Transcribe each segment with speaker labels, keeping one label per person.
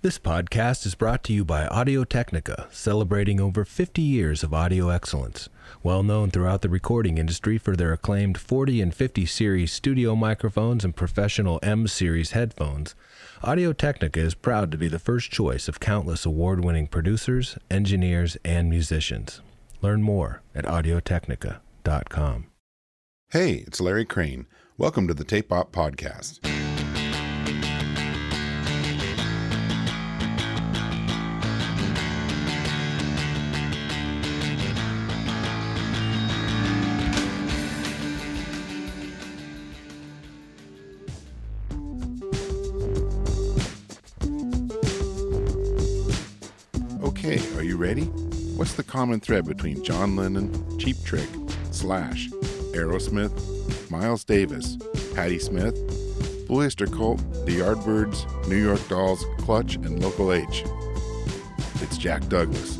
Speaker 1: This podcast is brought to you by Audio Technica, celebrating over 50 years of audio excellence. Well known throughout the recording industry for their acclaimed 40 and 50 series studio microphones and professional M series headphones, Audio Technica is proud to be the first choice of countless award winning producers, engineers, and musicians. Learn more at audiotechnica.com.
Speaker 2: Hey, it's Larry Crane. Welcome to the Tape Op Podcast. Okay, are you ready? What's the common thread between John Lennon, Cheap Trick, Slash, Aerosmith, Miles Davis, Patti Smith, Blue Oyster Cult, The Yardbirds, New York Dolls, Clutch, and Local H? It's Jack Douglas.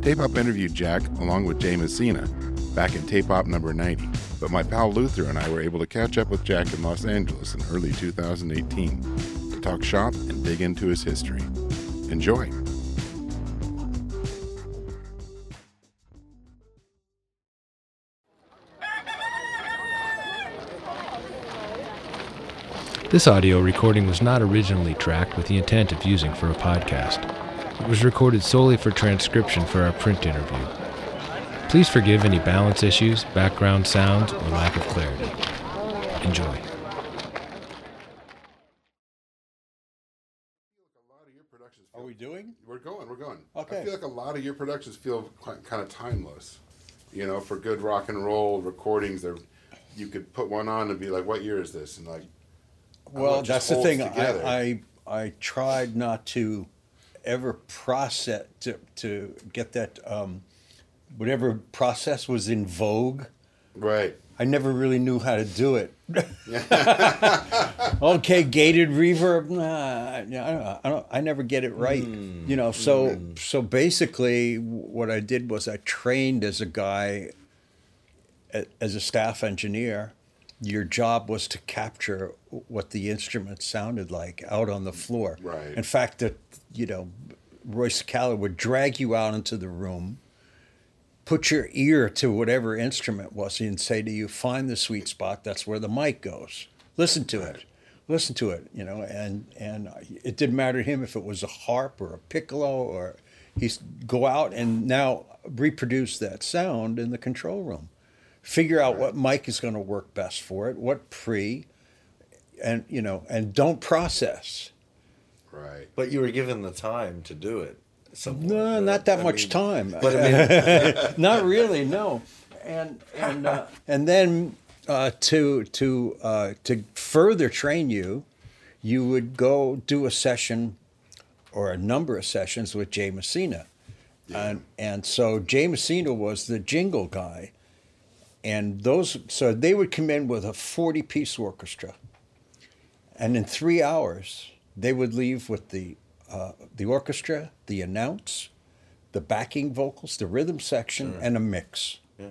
Speaker 2: Tape Op interviewed Jack along with Jay Messina back in Tape Op number 90, but my pal Luther and I were able to catch up with Jack in Los Angeles in early 2018 to talk shop and dig into his history. Enjoy.
Speaker 1: This audio recording was not originally tracked with the intent of using for a podcast. It was recorded solely for transcription for our print interview. Please forgive any balance issues, background sounds, or lack of clarity. Enjoy.
Speaker 2: a lot of your productions
Speaker 3: Are
Speaker 2: feel,
Speaker 3: we doing?
Speaker 2: we're going we're going i
Speaker 3: Okay.
Speaker 2: feel like a lot of your productions feel quite, kind of timeless you know for good rock and roll recordings they're you could put one on and be like what year is this and like
Speaker 3: Well,
Speaker 2: just
Speaker 3: that's the
Speaker 2: holds
Speaker 3: thing.
Speaker 2: together.
Speaker 3: I, I I tried not to ever process to to get that um, whatever process was in vogue.
Speaker 2: right
Speaker 3: I never really knew how to do it. okay, gated reverb. Nah, I, I don't, I don't. I never get it right. You know. So so basically, what I did was I trained as a guy, a- as a staff engineer. Your job was to capture what the instrument sounded like out on the floor.
Speaker 2: Right.
Speaker 3: In fact, that you know, Royce Caller would drag you out into the room put your ear to whatever instrument was and say to you, find the sweet spot. That's where the mic goes. Listen to it. Listen to it. You know, and and it didn't matter to him if it was a harp or a piccolo or he's go out and now reproduce that sound in the control room. Figure out what mic is going to work best for it, what pre, and you know, and don't process.
Speaker 2: right
Speaker 4: But you were given the time to do it. somewhat,
Speaker 3: No,
Speaker 4: right?
Speaker 3: not that
Speaker 4: I
Speaker 3: much
Speaker 4: mean,
Speaker 3: time.
Speaker 4: But I mean,
Speaker 3: not really no and and uh, and then uh, to to uh, to further train you you would go do a session or a number of sessions with jay messina and and so jay messina was the jingle guy and those so they would come in with a 40 piece orchestra and in three hours they would leave with the uh, the orchestra the announce the backing vocals the rhythm section and a mix
Speaker 4: Yeah.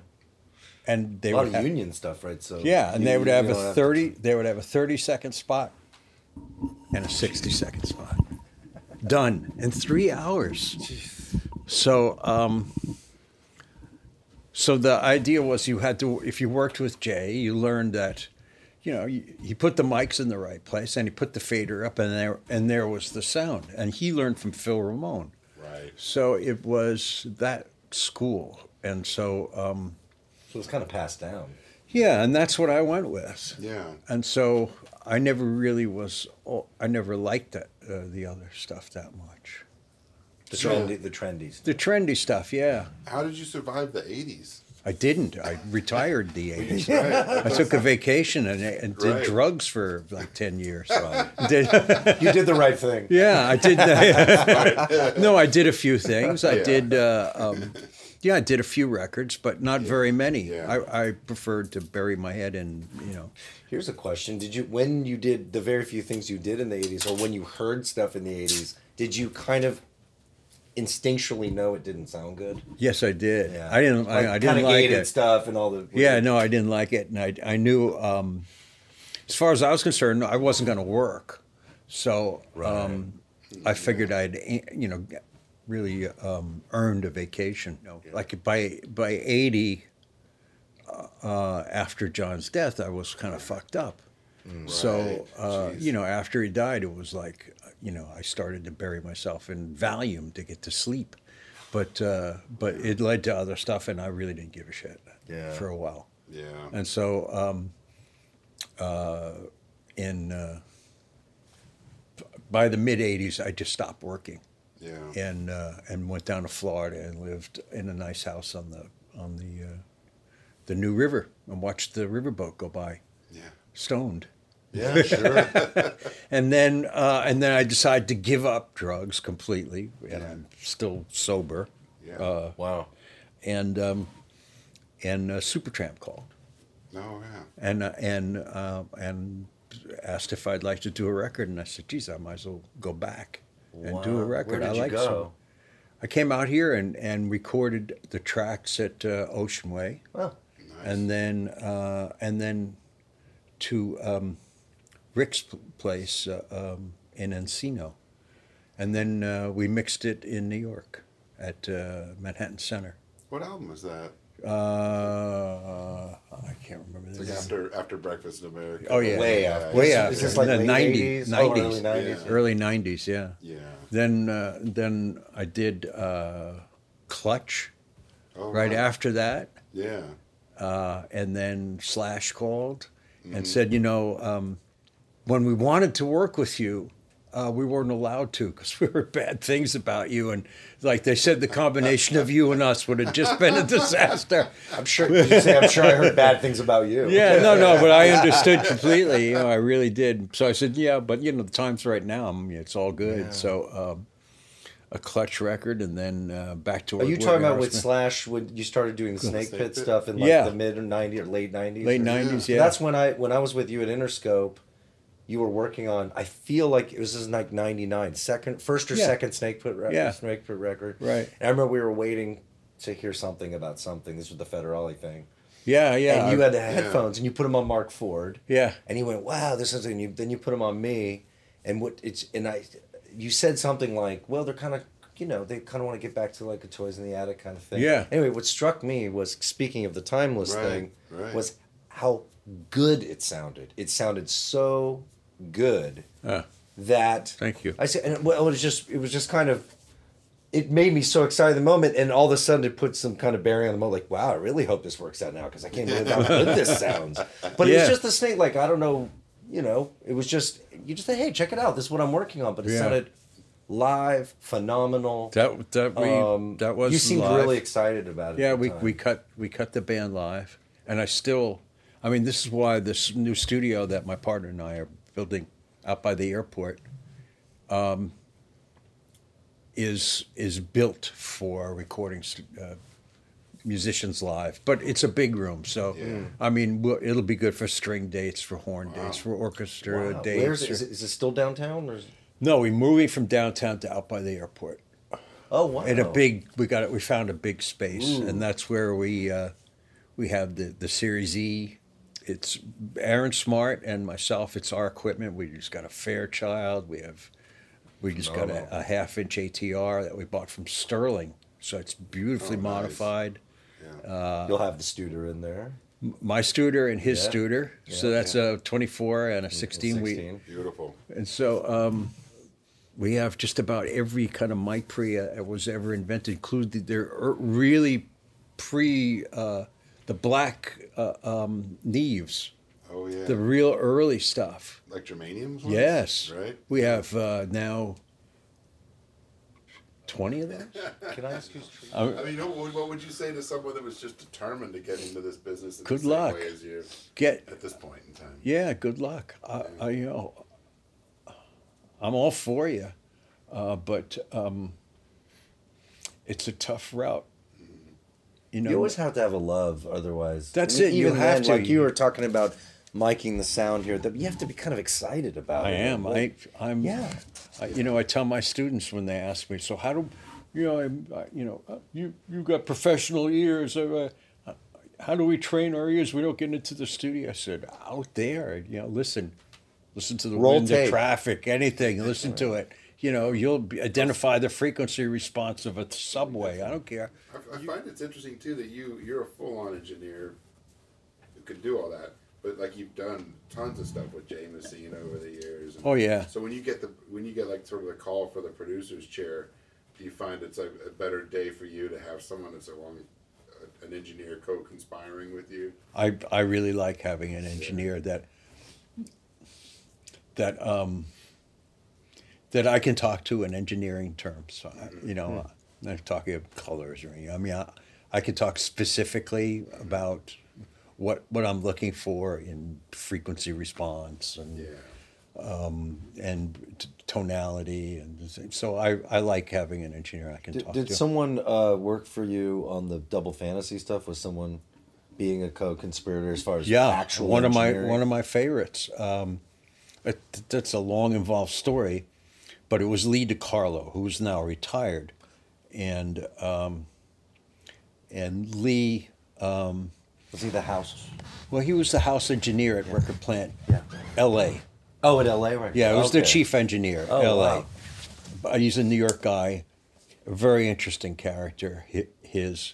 Speaker 3: and they
Speaker 4: a lot
Speaker 3: would
Speaker 4: of
Speaker 3: have,
Speaker 4: union stuff, right? So
Speaker 3: yeah and
Speaker 4: you-
Speaker 3: they would
Speaker 4: you
Speaker 3: have
Speaker 4: don't
Speaker 3: a
Speaker 4: to-
Speaker 3: 30 they would have a 30 second spot and a 60 second spot done in three hours so um so the idea was you had to if you worked with jay you learned that you know you- he put the mics in the right place and he put the fader up and there and there was the sound and he learned from phil ramone
Speaker 2: right
Speaker 3: so it was that school and so um
Speaker 4: So it's kind of passed down.
Speaker 3: yeah and that's what i went with
Speaker 2: yeah
Speaker 3: and so I never really was. I never liked that, uh, the other stuff that much.
Speaker 4: The
Speaker 2: So-
Speaker 4: trendy, the trendies.
Speaker 3: The trendy stuff, yeah.
Speaker 2: how did you survive the 80s
Speaker 3: I didn't. I retired the eighties.
Speaker 2: right
Speaker 3: I took a vacation and, and did
Speaker 2: Right.
Speaker 3: drugs for like ten years.
Speaker 4: Right.
Speaker 3: Did-
Speaker 4: you did the right thing.
Speaker 3: yeah, I did. no, I did a few things. I
Speaker 2: Yeah.
Speaker 3: did. Uh, um, yeah, I did a few records, but not very many.
Speaker 2: Yeah.
Speaker 3: I, I preferred to bury my head in, you know.
Speaker 4: Here's a question: Did you, when you did the very few things you did in the '80s, or when you heard stuff in the '80s, did you kind of instinctually know it didn't sound good?
Speaker 3: Yes, I did. I didn't.
Speaker 4: Like,
Speaker 3: I, I
Speaker 4: kinda
Speaker 3: didn't like
Speaker 4: gated
Speaker 3: it.
Speaker 4: stuff and all the.
Speaker 3: Yeah, no, I didn't like it, and I I knew um, as far as I was concerned, I wasn't going to work. So, um, I figured I'd eh, you know really um, earned a vacation. No, like by by eighty, uh, after John's death, I was kind of fucked up. So
Speaker 2: Right.
Speaker 3: uh, you know, after he died, it was like you know I started to bury myself in Valium to get to sleep, but uh, but it led to other stuff, and I really didn't give a shit
Speaker 4: Yeah.
Speaker 3: for a while.
Speaker 2: Yeah.
Speaker 3: And so um, uh, in uh, by the mid '80s, I just stopped working
Speaker 2: yeah.
Speaker 3: and uh, and went down to Florida and lived in a nice house on the on the uh, the New River and watched the riverboat go by,
Speaker 2: Yeah.
Speaker 3: stoned.
Speaker 2: Yeah, sure.
Speaker 3: And then uh, and then I decided to give up drugs completely, and I'm still sober.
Speaker 2: Yeah.
Speaker 3: Uh,
Speaker 4: Wow.
Speaker 3: and um, and uh, Supertramp called.
Speaker 2: no, yeah.
Speaker 3: and uh, and uh, and asked if I'd like to do a record, and I said, "Geez, I might as well go back and do
Speaker 4: Wow.
Speaker 3: a record."
Speaker 4: Where did
Speaker 3: I
Speaker 4: you
Speaker 3: like
Speaker 4: go?
Speaker 3: some- I came out here and, and recorded the tracks at uh, Ocean Way,
Speaker 4: Wow.
Speaker 3: and then uh, and then to um, Rick's p- place uh, um, in Encino, and then uh, we mixed it in New York at uh, Manhattan Center.
Speaker 2: What album was that?
Speaker 3: Uh, I can't remember.
Speaker 2: Like
Speaker 3: name.
Speaker 2: after after Breakfast in America.
Speaker 3: Oh, yeah.
Speaker 4: Way after.
Speaker 3: Way
Speaker 4: Is-
Speaker 3: after.
Speaker 4: Is this like
Speaker 3: The
Speaker 4: late
Speaker 3: 90s,
Speaker 4: 80s? Oh, early
Speaker 3: 90s.
Speaker 4: 90s.
Speaker 3: early 90s yeah
Speaker 2: Yeah.
Speaker 3: then uh, then i did uh, clutch
Speaker 2: Oh,
Speaker 3: right
Speaker 2: wow.
Speaker 3: after that
Speaker 2: Yeah.
Speaker 3: uh, and then slash called
Speaker 4: Mm-hmm.
Speaker 3: and said you know um, when we wanted to work with you uh, we weren't allowed to because we heard bad things about you and like they said the combination of you and us would have just been a disaster
Speaker 4: I'm sure. Did you say, I'm sure I heard bad things about you.
Speaker 3: yeah no no but i understood completely you know i really did so i said yeah but you know the time's right now I mean, it's all good so um, a clutch record and then uh, back to
Speaker 4: Are
Speaker 3: work
Speaker 4: you talking about with
Speaker 3: with Aerosmith.
Speaker 4: Slash when you started doing the Snake
Speaker 2: Snake
Speaker 4: Pit
Speaker 2: Pit.
Speaker 4: stuff in like
Speaker 3: Yeah.
Speaker 4: the mid or 90 or late 90s?
Speaker 3: late
Speaker 4: or-
Speaker 3: 90s yeah
Speaker 4: That's when I when I was with you at Interscope, you were working on. I feel like it was this is like '99, second, first or
Speaker 3: Yeah.
Speaker 4: second Snake Pit record.
Speaker 3: Yeah.
Speaker 4: Snake Pit record.
Speaker 3: Right.
Speaker 4: And I remember we were waiting to hear something about something. This was the Federale thing.
Speaker 3: yeah yeah
Speaker 4: and you had the headphones, and you put them on Mark Ford.
Speaker 3: Yeah.
Speaker 4: And he went, "Wow, this is." And you then you put them on me, and what it's and I, you said something like, "Well, they're kind of." You know, they kind of want to get back to like a toys in the attic kind of thing.
Speaker 3: Yeah.
Speaker 4: Anyway, what struck me was speaking of the timeless
Speaker 2: Right,
Speaker 4: thing
Speaker 2: right.
Speaker 4: was how good it sounded. It sounded so good
Speaker 3: Uh,
Speaker 4: that
Speaker 3: Thank you.
Speaker 4: I said, and it, well, it was just it was just kind of it made me so excited in the moment, and all of a sudden it put some kind of bearing on the moment. Like, wow, I really hope this works out now because I can't believe how good this sounds. But it
Speaker 3: Yeah.
Speaker 4: was just the snake. Like, I don't know, you know, it was just you just said, hey, check it out. This is what I'm working on. But it
Speaker 3: Yeah.
Speaker 4: sounded live, phenomenal.
Speaker 3: that that we
Speaker 4: Um,
Speaker 3: that was
Speaker 4: you seemed
Speaker 3: live.
Speaker 4: really excited about it. at
Speaker 3: yeah
Speaker 4: the
Speaker 3: we,
Speaker 4: time.
Speaker 3: we cut we cut the band live and i still i mean this is why this new studio that my partner and i are building out by the airport um, is is built for recording stu- uh, musicians live but it's a big room so
Speaker 2: Yeah.
Speaker 3: i mean we'll, it'll be good for string dates for horn dates for orchestra
Speaker 4: Wow.
Speaker 3: dates
Speaker 4: Where's it?
Speaker 3: or-
Speaker 4: Is it, is it still downtown? Or is,
Speaker 3: no we're moving from downtown to out by the airport
Speaker 4: oh wow!
Speaker 3: and a big we got it we found a big space and that's where we uh, we have the the series e it's aaron smart and myself it's our equipment we just got a fairchild we have we just got a, a half inch atr that we bought from sterling so it's beautifully
Speaker 2: Oh, nice.
Speaker 3: modified
Speaker 2: Yeah.
Speaker 3: Uh,
Speaker 4: You'll have the Studer in there.
Speaker 3: M- my studer and his
Speaker 4: Yeah.
Speaker 3: studer so
Speaker 4: Yeah,
Speaker 3: that's a 24 and a 16 week
Speaker 2: Beautiful.
Speaker 3: And so um, we have just about every kind of mic pre that was ever invented, including their er- really pre uh, the black uh, um, Neves,
Speaker 2: Oh yeah.
Speaker 3: the real early stuff.
Speaker 2: like germaniums. ones?
Speaker 3: Yes,
Speaker 2: Right.
Speaker 3: We have uh, now twenty of those.
Speaker 4: Can I ask you?
Speaker 2: I mean, what would- what would you say to someone that was just determined to get into this business in
Speaker 3: Good
Speaker 2: the same
Speaker 3: luck.
Speaker 2: way as you
Speaker 3: Get
Speaker 2: at this point in time?
Speaker 3: yeah, good luck. I, I you know, I'm all for you, uh, but um, it's a tough route. You know,
Speaker 4: You always have to have a love, otherwise.
Speaker 3: That's
Speaker 4: I mean,
Speaker 3: it, you
Speaker 4: even
Speaker 3: have
Speaker 4: then,
Speaker 3: to.
Speaker 4: Like you were talking about miking the sound here, that you have to be kind of excited about.
Speaker 3: I
Speaker 4: it.
Speaker 3: am. I,
Speaker 4: Like,
Speaker 3: I'm.
Speaker 4: Yeah.
Speaker 3: I, you know, I tell my students when they ask me, so how do, you know, I'm, I, you know, uh, you you got professional ears. uh, uh, How do we train our ears? We don't get into the studio. I said, out there, you know, listen, listen to the
Speaker 4: Roll
Speaker 3: wind, the
Speaker 4: tape.
Speaker 3: traffic, anything. Listen to it. you know, you'll be- identify the frequency response of a subway. I don't care.
Speaker 2: I, I find it's interesting too that you you're a full on engineer who can do all that, but like you've done tons of stuff with Jameson over the years. And
Speaker 3: Oh, yeah.
Speaker 2: So when you get the when you get like sort of the call for the producer's chair, do you find it's like a better day for you to have someone that's along uh, an engineer co-conspiring with you?
Speaker 3: I, I really like having an engineer that that um, that I can talk to in engineering terms. uh, You know,
Speaker 5: Mm-hmm.
Speaker 3: I'm not talking of colors or anything. I mean, I, I can talk specifically about what what I'm looking for in frequency response and
Speaker 2: Yeah.
Speaker 3: and t- tonality and the thing. so I, I like having an engineer I can
Speaker 5: Did,
Speaker 3: talk
Speaker 5: did
Speaker 3: to.
Speaker 5: someone uh, work for you on the double fantasy stuff? Was someone being a co-conspirator as far as
Speaker 3: yeah,
Speaker 5: actual
Speaker 3: one of my
Speaker 5: engineering?
Speaker 3: one of my favorites. Um, it, that's a long involved story, but it was Lee DiCarlo, who's now retired, and um, and Lee,
Speaker 5: was he the house?
Speaker 3: well, he was the house engineer at Record Plant,
Speaker 5: Yeah.
Speaker 3: L.A.
Speaker 5: Oh, in L.A. Right?
Speaker 3: Yeah, it was their
Speaker 5: Okay.
Speaker 3: chief engineer,
Speaker 5: Oh,
Speaker 3: L.A.
Speaker 5: wow.
Speaker 3: But He's a New York guy, a very interesting character. Hi- His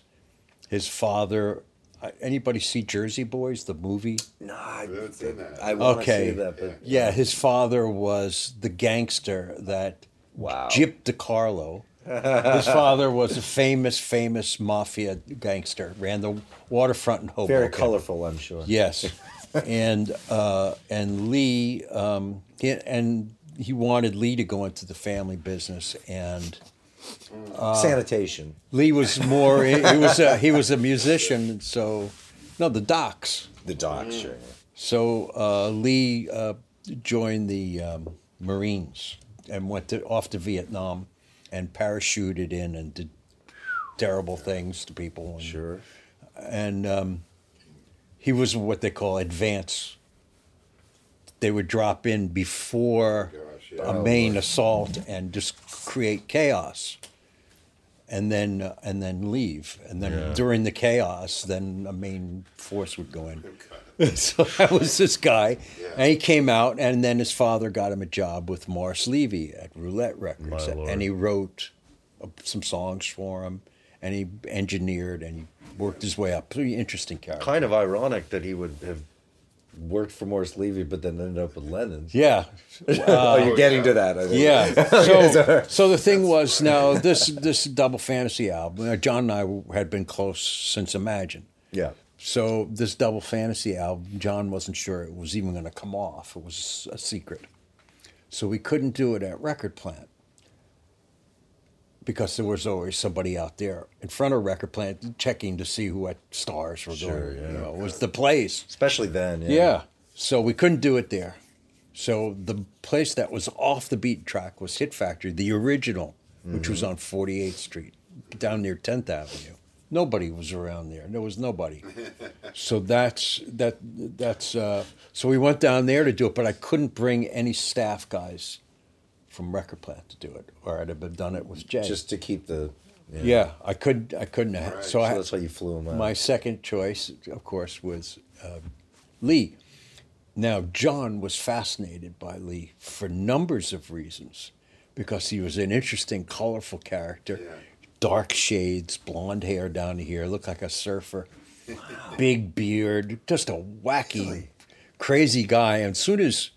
Speaker 3: his father. I- Anybody see Jersey Boys, the movie?
Speaker 5: No, I,
Speaker 2: haven't seen that.
Speaker 5: I want to
Speaker 3: Okay.
Speaker 5: see that, but
Speaker 3: Yeah, his father was the gangster that
Speaker 5: Wow.
Speaker 3: Jip DiCarlo. his father was a famous, famous mafia gangster. Ran the waterfront in Hoboken.
Speaker 5: very colorful, I'm sure.
Speaker 3: Yes, and uh, and Lee um, he, and he wanted Lee to go into the family business, and
Speaker 5: Sanitation.
Speaker 3: Lee was more he, he was a, he was a musician, and so no the docs.
Speaker 5: The docs, sure.
Speaker 3: So uh, Lee uh, joined the um, Marines and went to, off to Vietnam and parachuted in and did terrible things to people. And,
Speaker 5: Sure.
Speaker 3: And um, he was what they call advance. They would drop in before
Speaker 2: Gosh, yeah.
Speaker 3: a main assault and just create chaos. And then uh, and then leave, and then during the chaos, then a main force would go in so that was this guy,
Speaker 2: Yeah.
Speaker 3: and he came out, and then his father got him a job with Morris Levy at Roulette Records,
Speaker 1: My lord.
Speaker 3: and he wrote uh, some songs for him, and he engineered, and he worked his way up. Pretty interesting character.
Speaker 5: Kind of ironic that he would have worked for Morris Levy, but then ended up with Lennon.
Speaker 3: yeah,
Speaker 5: oh, you're getting
Speaker 2: yeah.
Speaker 5: to that. I think.
Speaker 3: yeah. So, so the thing was now this this double fantasy album. uh, John and I had been close since Imagine.
Speaker 5: Yeah.
Speaker 3: So this double fantasy album, John wasn't sure it was even going to come off. It was a secret. So we couldn't do it at Record Plant because there was always somebody out there in front of Record Plant checking to see who had stars were
Speaker 5: Sure,
Speaker 3: going.
Speaker 5: yeah.
Speaker 3: You know, it was the place.
Speaker 5: Especially then. Yeah.
Speaker 3: Yeah. So we couldn't do it there. So the place that was off the beat track was Hit Factory, the original, which
Speaker 5: Mm-hmm.
Speaker 3: was on 48th Street, down near 10th Avenue. Nobody was around there. There was nobody. so that's that. That's uh, so we went down there to do it, but I couldn't bring any staff guys from Record Plant to do it, or I'd have done it with Jay.
Speaker 5: Just to keep the.
Speaker 3: yeah. I could. I couldn't have.
Speaker 2: Right.
Speaker 3: So,
Speaker 5: So
Speaker 3: I,
Speaker 5: that's why you flew him out.
Speaker 4: uh,
Speaker 3: my second choice, of course, was uh, Lee. Now, John was fascinated by Lee for numbers of reasons because he was an interesting, colorful character.
Speaker 2: Yeah.
Speaker 3: Dark shades, blonde hair down here, looked like a surfer, big beard, just a wacky, crazy guy. And as soon as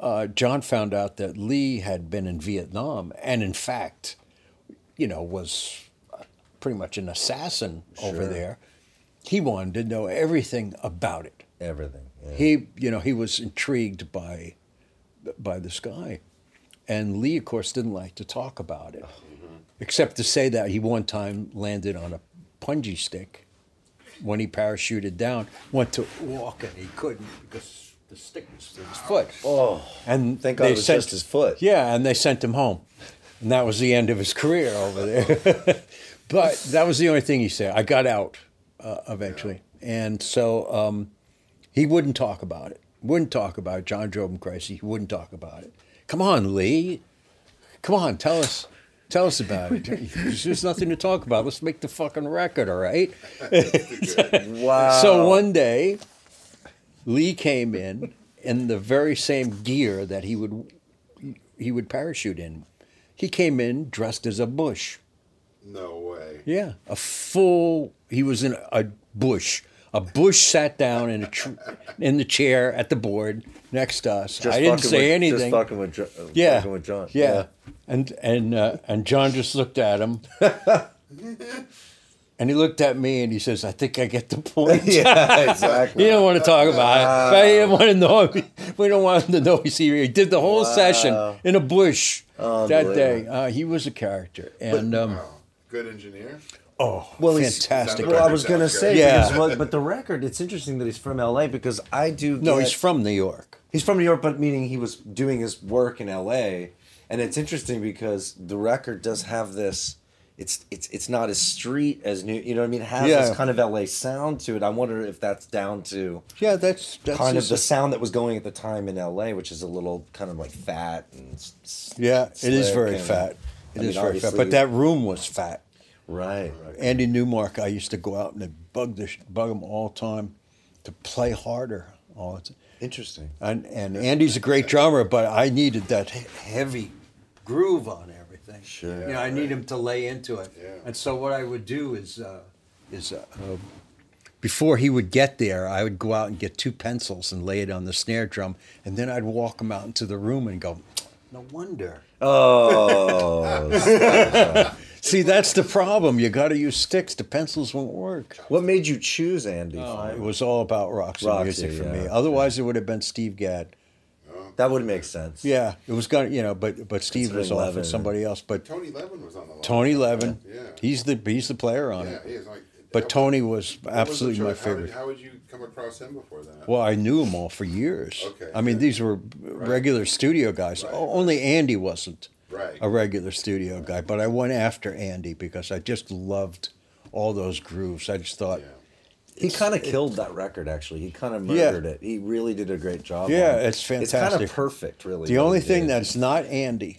Speaker 3: uh, John found out that Lee had been in Vietnam and, in fact, you know, was uh, pretty much an assassin over
Speaker 5: Sure.
Speaker 3: there. He wanted to know everything about it.
Speaker 5: Everything. Yeah.
Speaker 3: He, you know, he was intrigued by, by this guy, and Lee, of course, didn't like to talk about it, except to say that he one time landed on a punji stick, when he parachuted down, went to walk and he couldn't because the stick was through his foot.
Speaker 5: Oh.
Speaker 3: And
Speaker 5: Thank God
Speaker 3: they
Speaker 5: it was
Speaker 3: sent-
Speaker 5: just his foot.
Speaker 3: Yeah, and they sent him home. And that was the end of his career over there. but that was the only thing he said. I got out uh, eventually. And so um, he wouldn't talk about it. Wouldn't talk about it. John Jobin Crisis, he wouldn't talk about it. Come on, Lee. Come on, tell us. Tell us about it. There's just nothing to talk about. Let's make the fucking record, all right?
Speaker 5: Wow.
Speaker 4: Oh.
Speaker 3: So one day, Lee came in in the very same gear that he would he would parachute in, He came in dressed as a bush.
Speaker 2: No way.
Speaker 3: Yeah, a full. He was in a bush. A bush sat down in a tr- in the chair at the board next to us. I didn't
Speaker 4: fucking
Speaker 3: say
Speaker 4: with,
Speaker 3: anything.
Speaker 4: Just fucking with, Jo- uh,
Speaker 3: yeah.
Speaker 4: fucking with John.
Speaker 3: Yeah. And and uh, and John just looked at him. and he looked at me and he says, "I think I get the point."
Speaker 4: yeah, exactly.
Speaker 3: He didn't want to talk about it. But he didn't want to know. Him. We don't want him to know he's here. He did the whole session in a bush that day. Uh, he was a character, and um,
Speaker 2: Good engineer.
Speaker 3: oh,
Speaker 4: Well, he's-
Speaker 3: fantastic!
Speaker 4: Well, I was gonna say,
Speaker 3: Yeah.
Speaker 4: because, well, but the record. It's interesting that he's from L.A. because I do.
Speaker 3: no,
Speaker 4: get-
Speaker 3: he's from New York.
Speaker 4: He's from New York, but meaning he was doing his work in L.A. And it's interesting because the record does have this. It's it's it's not as street as New. You know what I mean? It has
Speaker 3: Yeah.
Speaker 4: this kind of L.A. sound to it. I wonder if that's down to
Speaker 3: Yeah, that's that's
Speaker 4: kind of
Speaker 3: his-
Speaker 4: the sound that was going at the time in L.A., which is a little kind of like fat and. s- s-
Speaker 3: yeah. It is
Speaker 4: slick
Speaker 3: very
Speaker 4: and-
Speaker 3: fat. It
Speaker 4: I
Speaker 3: is
Speaker 4: mean,
Speaker 3: very fat.
Speaker 4: obviously-
Speaker 3: But that room was fat.
Speaker 4: Right. right.
Speaker 3: Andy Newmark, I used to go out and they'd bug the sh- bug him all the time to play harder all the time.
Speaker 4: Interesting.
Speaker 3: And and Andy's a great drummer, but I needed that he- heavy groove on everything.
Speaker 4: Sure.
Speaker 3: You know, I need him to lay into it.
Speaker 2: Yeah.
Speaker 3: And so what I would do is uh, is uh, uh, before he would get there, I would go out and get two pencils and lay it on the snare drum, and then I'd walk him out into the room and go, "No wonder."
Speaker 4: Oh.
Speaker 3: See, that's the problem. You got to use sticks. The pencils won't work.
Speaker 4: what made you choose Andy? Fine.
Speaker 3: It was all about Roxy,
Speaker 4: Roxy,
Speaker 3: music for
Speaker 4: yeah.
Speaker 3: me. Otherwise, it would have been Steve Gadd.
Speaker 4: That would make sense.
Speaker 3: Yeah, it was gonna, you know, but but Steve was
Speaker 4: Considering
Speaker 3: off
Speaker 4: Levin.
Speaker 3: and somebody else. But
Speaker 2: Tony Levin was on the line.
Speaker 3: Tony Levin,
Speaker 2: Yeah.
Speaker 3: he's the he's the player on
Speaker 2: Yeah,
Speaker 3: it.
Speaker 2: he is like.
Speaker 3: But
Speaker 2: how-
Speaker 3: Tony was
Speaker 2: what was the
Speaker 3: absolutely my
Speaker 2: choice? How did-
Speaker 3: favorite.
Speaker 2: How would you come across him before that?
Speaker 3: Well, I knew them all for years.
Speaker 2: Okay.
Speaker 3: I mean, these were regular studio guys.
Speaker 2: Right.
Speaker 3: O- Only Andy wasn't
Speaker 2: Right.
Speaker 3: a regular studio guy, but I went after Andy because I just loved all those grooves. I just thought,
Speaker 2: yeah.
Speaker 4: He kind of killed that record, actually. He kind of
Speaker 3: Yeah.
Speaker 4: murdered it. He really did a great job.
Speaker 3: Yeah,
Speaker 4: on it.
Speaker 3: it's
Speaker 4: It's kind
Speaker 3: fantastic.
Speaker 4: of perfect, really.
Speaker 3: The
Speaker 4: what
Speaker 3: only
Speaker 4: he
Speaker 3: thing
Speaker 4: did.
Speaker 3: that's not Andy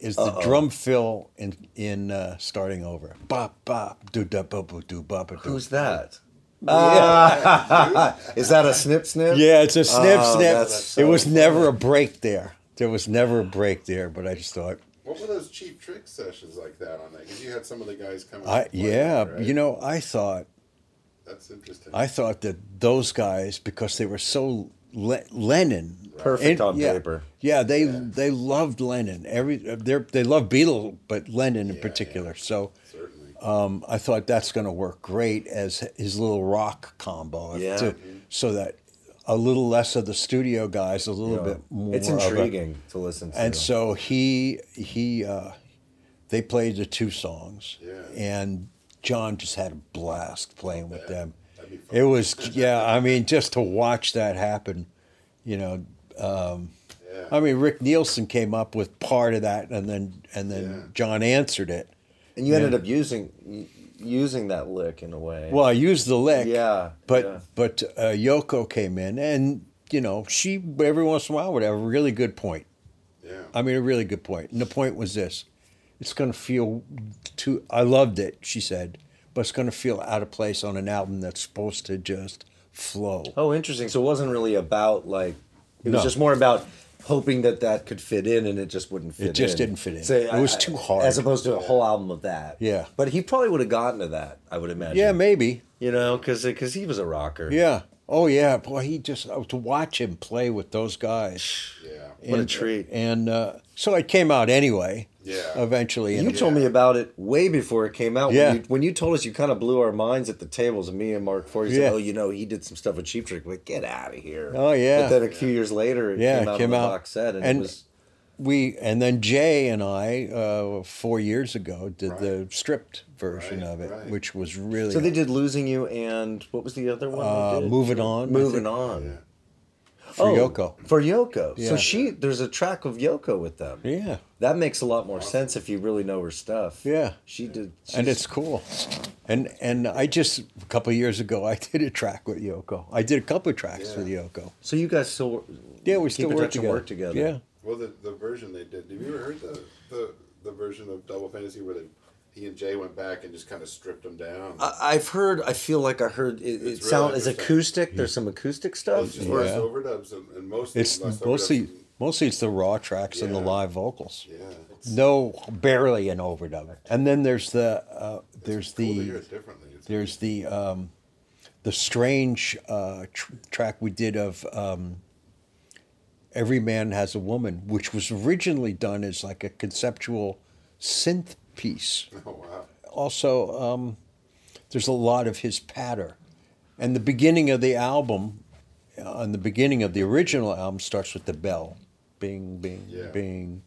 Speaker 3: is the drum fill in in uh, starting over. Bop bop do da bop do bop do.
Speaker 4: Who's that?
Speaker 3: yeah.
Speaker 4: Is that a snip snip?
Speaker 3: yeah, it's a snip
Speaker 4: Oh,
Speaker 3: snip.
Speaker 4: that's
Speaker 3: it
Speaker 4: so
Speaker 3: was never a break there. There was never a break there, but I just thought,
Speaker 2: What were those cheap trick sessions like that on that? Because you had some of the guys coming.
Speaker 3: I
Speaker 2: to play,
Speaker 3: yeah,
Speaker 2: right?
Speaker 3: you know, I thought
Speaker 2: That's interesting.
Speaker 3: I thought that those guys because they were so le- Lennon
Speaker 4: Perfect
Speaker 3: and-
Speaker 4: on
Speaker 3: yeah,
Speaker 4: paper.
Speaker 3: Yeah, they they loved Lennon. Every they they love Beatles, but Lennon in
Speaker 2: Yeah,
Speaker 3: particular. So
Speaker 2: Certainly.
Speaker 3: um, I thought that's going to work great as his little rock combo.
Speaker 4: Yeah.
Speaker 3: to- so that a little less of the studio guys, a little
Speaker 4: Yeah.
Speaker 3: bit more.
Speaker 4: It's
Speaker 3: of a-
Speaker 4: intriguing to listen to.
Speaker 3: and so he he uh, they played the two songs,
Speaker 2: Yeah.
Speaker 3: and John just had a blast playing with them.
Speaker 2: That'd be fun.
Speaker 3: It was yeah, I mean just to watch that happen, you know. Um,
Speaker 2: Yeah.
Speaker 3: I mean Rick Nielsen came up with part of that, and then and then
Speaker 2: Yeah.
Speaker 3: John answered it.
Speaker 4: and you ended up using using that lick in a way.
Speaker 3: Well, I used the lick.
Speaker 4: Yeah,
Speaker 3: But
Speaker 4: yeah.
Speaker 3: but uh, Yoko came in, and you know she every once in a while would have a really good point.
Speaker 2: yeah.
Speaker 3: I mean, a really good point. And the point was this: it's going to feel too. I loved it, she said, but it's going to feel out of place on an album that's supposed to just flow.
Speaker 4: Oh, interesting. So it wasn't really about like it was
Speaker 3: No.
Speaker 4: just more about hoping that that could fit in, and it just wouldn't fit.
Speaker 3: just
Speaker 4: in.
Speaker 3: didn't fit in.
Speaker 4: So
Speaker 3: It
Speaker 4: I-
Speaker 3: was
Speaker 4: I-
Speaker 3: too hard.
Speaker 4: as opposed to a whole album of that.
Speaker 3: Yeah.
Speaker 4: but he probably would have gotten to that. I would imagine.
Speaker 3: yeah, maybe.
Speaker 4: you know, because because he was a rocker.
Speaker 3: Yeah. Oh yeah, boy, he just oh, to watch him play with those guys.
Speaker 2: yeah.
Speaker 4: What a treat.
Speaker 3: And uh, so it came out anyway.
Speaker 2: Yeah.
Speaker 3: Eventually,
Speaker 4: You
Speaker 3: and
Speaker 4: told me about it way before it came out.
Speaker 3: Yeah.
Speaker 4: When, you, when you told us, you kind of blew our minds at the tables, and me and Mark Forty said,
Speaker 3: Yeah.
Speaker 4: "Oh, you know, he did some stuff with Cheap Trick." Like, get out of here.
Speaker 3: Oh, yeah.
Speaker 4: But then a few years later, it
Speaker 3: Yeah,
Speaker 4: came out
Speaker 3: came
Speaker 4: on
Speaker 3: out.
Speaker 4: the box set, and,
Speaker 3: And-
Speaker 4: it was
Speaker 3: we and then Jay and I uh, four years ago did the stripped version
Speaker 2: Right,
Speaker 3: of it,
Speaker 2: right.
Speaker 3: which was really
Speaker 4: so they did "Losing You" and what was the other one?
Speaker 3: uh,
Speaker 4: they did?
Speaker 3: moving on. I
Speaker 4: Moving
Speaker 3: think,
Speaker 4: on. Oh,
Speaker 2: Yeah.
Speaker 3: for Yoko.
Speaker 4: For Yoko.
Speaker 3: Yeah.
Speaker 4: So she there's a track of Yoko with them.
Speaker 3: Yeah.
Speaker 4: That makes a lot more sense if you really know her stuff.
Speaker 3: Yeah.
Speaker 4: She did
Speaker 3: and
Speaker 4: she's-
Speaker 3: it's cool. And and I just a couple of years ago I did a track with Yoko. I did a couple of tracks with Yoko.
Speaker 4: so you guys still
Speaker 3: Yeah, we
Speaker 4: keep
Speaker 3: still
Speaker 4: in
Speaker 3: work
Speaker 4: touch and
Speaker 3: together.
Speaker 4: work together.
Speaker 3: Yeah.
Speaker 2: Well, the, the version they did. Have you ever heard the, the the version of Double Fantasy where they, he and Jay went back and just kind of stripped him down?
Speaker 4: I- I've heard. I feel like I heard it. It
Speaker 2: It's really
Speaker 4: sound is
Speaker 2: interesting.
Speaker 4: acoustic. There's some acoustic
Speaker 2: Well,
Speaker 4: stuff.
Speaker 2: it's just
Speaker 4: or-
Speaker 2: less
Speaker 3: Yeah.
Speaker 2: overdubs and, and most.
Speaker 3: It's
Speaker 2: less overdubs
Speaker 3: mostly
Speaker 2: than
Speaker 3: Mostly it's the raw tracks and the
Speaker 2: Yeah.
Speaker 3: live vocals.
Speaker 2: Yeah, it's
Speaker 3: No, barely an overdub. And then there's the uh, there's
Speaker 2: cool to hear
Speaker 3: the
Speaker 2: it differently. It's
Speaker 3: there's the um, the strange uh, tr- track we did of um, every man has a woman, which was originally done as like a conceptual synth piece.
Speaker 2: oh wow,
Speaker 3: Also, um, there's a lot of his patter, and the beginning of the album, uh, and the beginning of the original album starts with the bell, bing, bing,
Speaker 2: Yeah.
Speaker 3: bing.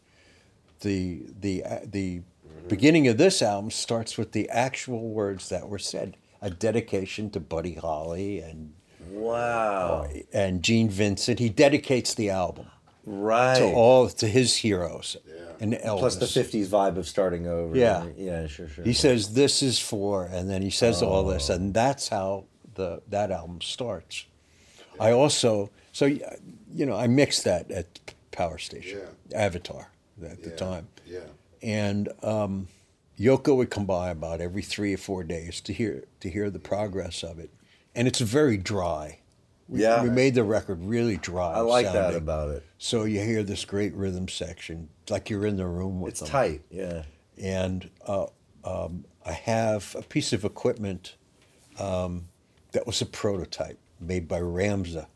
Speaker 3: The the uh, the beginning of this album starts with the actual words that were said, a dedication to Buddy Holly and
Speaker 4: Wow.
Speaker 3: and Gene Vincent. He dedicates the album
Speaker 4: Right.
Speaker 3: to all to his heroes
Speaker 2: Yeah.
Speaker 3: and Elvis.
Speaker 4: Plus the 50s vibe of starting over.
Speaker 3: Yeah.
Speaker 4: and- Yeah, sure, sure.
Speaker 3: He says this is for, and then he says all this,
Speaker 4: Oh.
Speaker 3: and that's how the that album starts. I also so you know I mixed that at Power Station, Avatar at the
Speaker 2: Yeah.
Speaker 3: time,
Speaker 2: yeah,
Speaker 3: and um, Yoko would come by about every three or four days to hear to hear the progress of it, and it's very dry. We,
Speaker 4: Yeah.
Speaker 3: we made the record really dry.
Speaker 4: I like that
Speaker 3: sounding.
Speaker 4: about it.
Speaker 3: So you hear this great rhythm section, like you're in the room with
Speaker 4: It's
Speaker 3: them
Speaker 4: tight. Yeah.
Speaker 3: and uh, um, I have a piece of equipment um, that was a prototype made by Ramza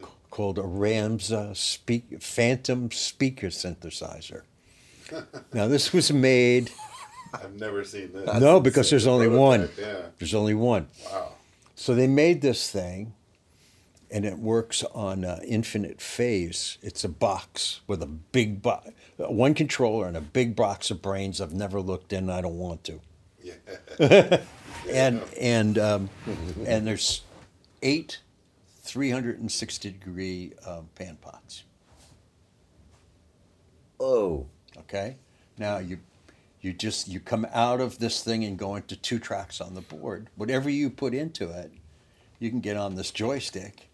Speaker 3: c- called a Ramza speak, Phantom Speaker Synthesizer. now, this was made,
Speaker 2: I've never seen this.
Speaker 3: no, because there's only one.
Speaker 2: Prototype, yeah.
Speaker 3: There's only one.
Speaker 2: Wow.
Speaker 3: So they made this thing, and it works on uh, infinite phase. It's a box with a big box, one controller and a big box of brains. I've never looked in. I don't want to.
Speaker 2: Yeah.
Speaker 3: And and um, and there's eight, three hundred and sixty degree um, pan pots.
Speaker 4: Oh.
Speaker 3: Okay, now you. You just you come out of this thing and go into two tracks on the board. Whatever you put into it, you can get on this joystick,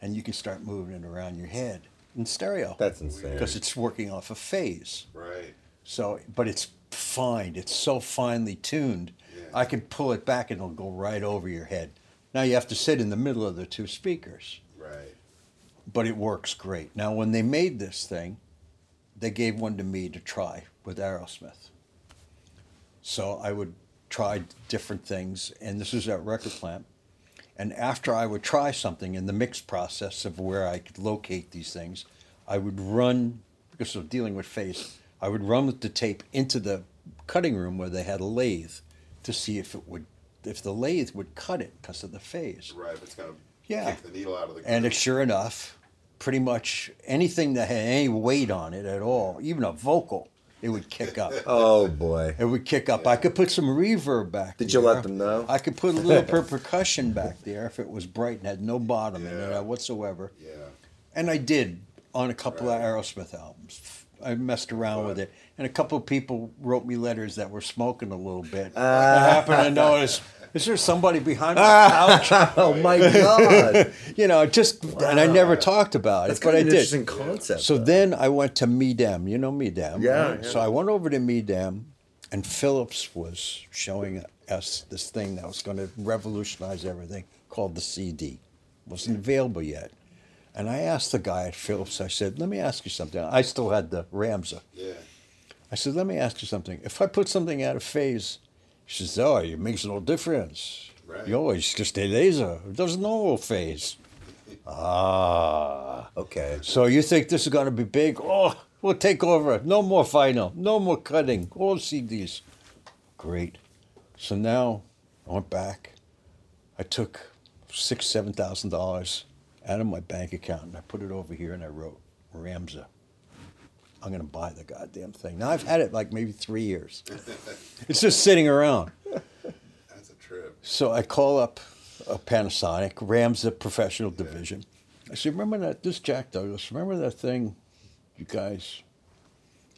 Speaker 3: and you can start moving it around your head in stereo.
Speaker 4: That's insane.
Speaker 3: because it's working off a phase.
Speaker 2: Right.
Speaker 3: So, but it's fine. It's so finely tuned.
Speaker 2: Yeah.
Speaker 3: I can pull it back and it'll go right over your head. Now you have to sit in the middle of the two speakers,
Speaker 2: Right.
Speaker 3: but it works great. Now, when they made this thing, they gave one to me to try with Aerosmith. So I would try different things, and this was at Record Plant. And after I would try something in the mix process of where I could locate these things, I would run, because of dealing with phase, I would run with the tape into the cutting room where they had a lathe to see if it would, if the lathe would cut it because of the phase.
Speaker 2: Right. It's gonna
Speaker 3: Yeah.
Speaker 2: kick the needle out of the.
Speaker 3: And
Speaker 2: groove.
Speaker 3: it, sure enough, pretty much anything that had any weight on it at all, even a vocal, it would kick up.
Speaker 4: Oh, boy.
Speaker 3: It would kick up. I could put some reverb back.
Speaker 4: Did you
Speaker 3: there.
Speaker 4: let them know?
Speaker 3: I could put a little per- percussion back there if it was bright and had no bottom in
Speaker 2: Yeah.
Speaker 3: it whatsoever.
Speaker 2: Yeah.
Speaker 3: And I did on a couple of Aerosmith albums. I messed around with it, and a couple of people wrote me letters that were smoking a little bit. I happened to notice. Is there somebody behind the couch?
Speaker 4: Oh, my God.
Speaker 3: you know, just and I never talked about
Speaker 4: That's
Speaker 3: it, but
Speaker 4: kind
Speaker 3: I
Speaker 4: of an
Speaker 3: did.
Speaker 4: interesting concept.
Speaker 3: So then I went to Medem. You know Medem.
Speaker 4: Yeah,
Speaker 3: right?
Speaker 4: yeah.
Speaker 3: So I went over to Medem, and Phillips was showing us this thing that was going to revolutionize everything called the CD. wasn't available yet. And I asked the guy at Phillips, I said, let me ask you something. I still had the Ramza.
Speaker 2: Yeah.
Speaker 3: I said, let me ask you something. If I put something out of phase, she says, oh, it makes no difference.
Speaker 2: Right.
Speaker 3: You always just stay laser. There's no phase. ah.
Speaker 4: Okay.
Speaker 3: So you think this is going to be big? Oh, we'll take over. No more vinyl. No more cutting. All CDs. Great. So now I went back. I took six, seven thousand dollars out of my bank account and I put it over here and I wrote Ramza. I'm going to buy the goddamn thing. Now I've had it like maybe three years. it's just sitting around.
Speaker 2: That's a trip.
Speaker 3: So I call up a Panasonic, Rams the professional division. I said, remember that, this is Jack Douglas, remember that thing you guys,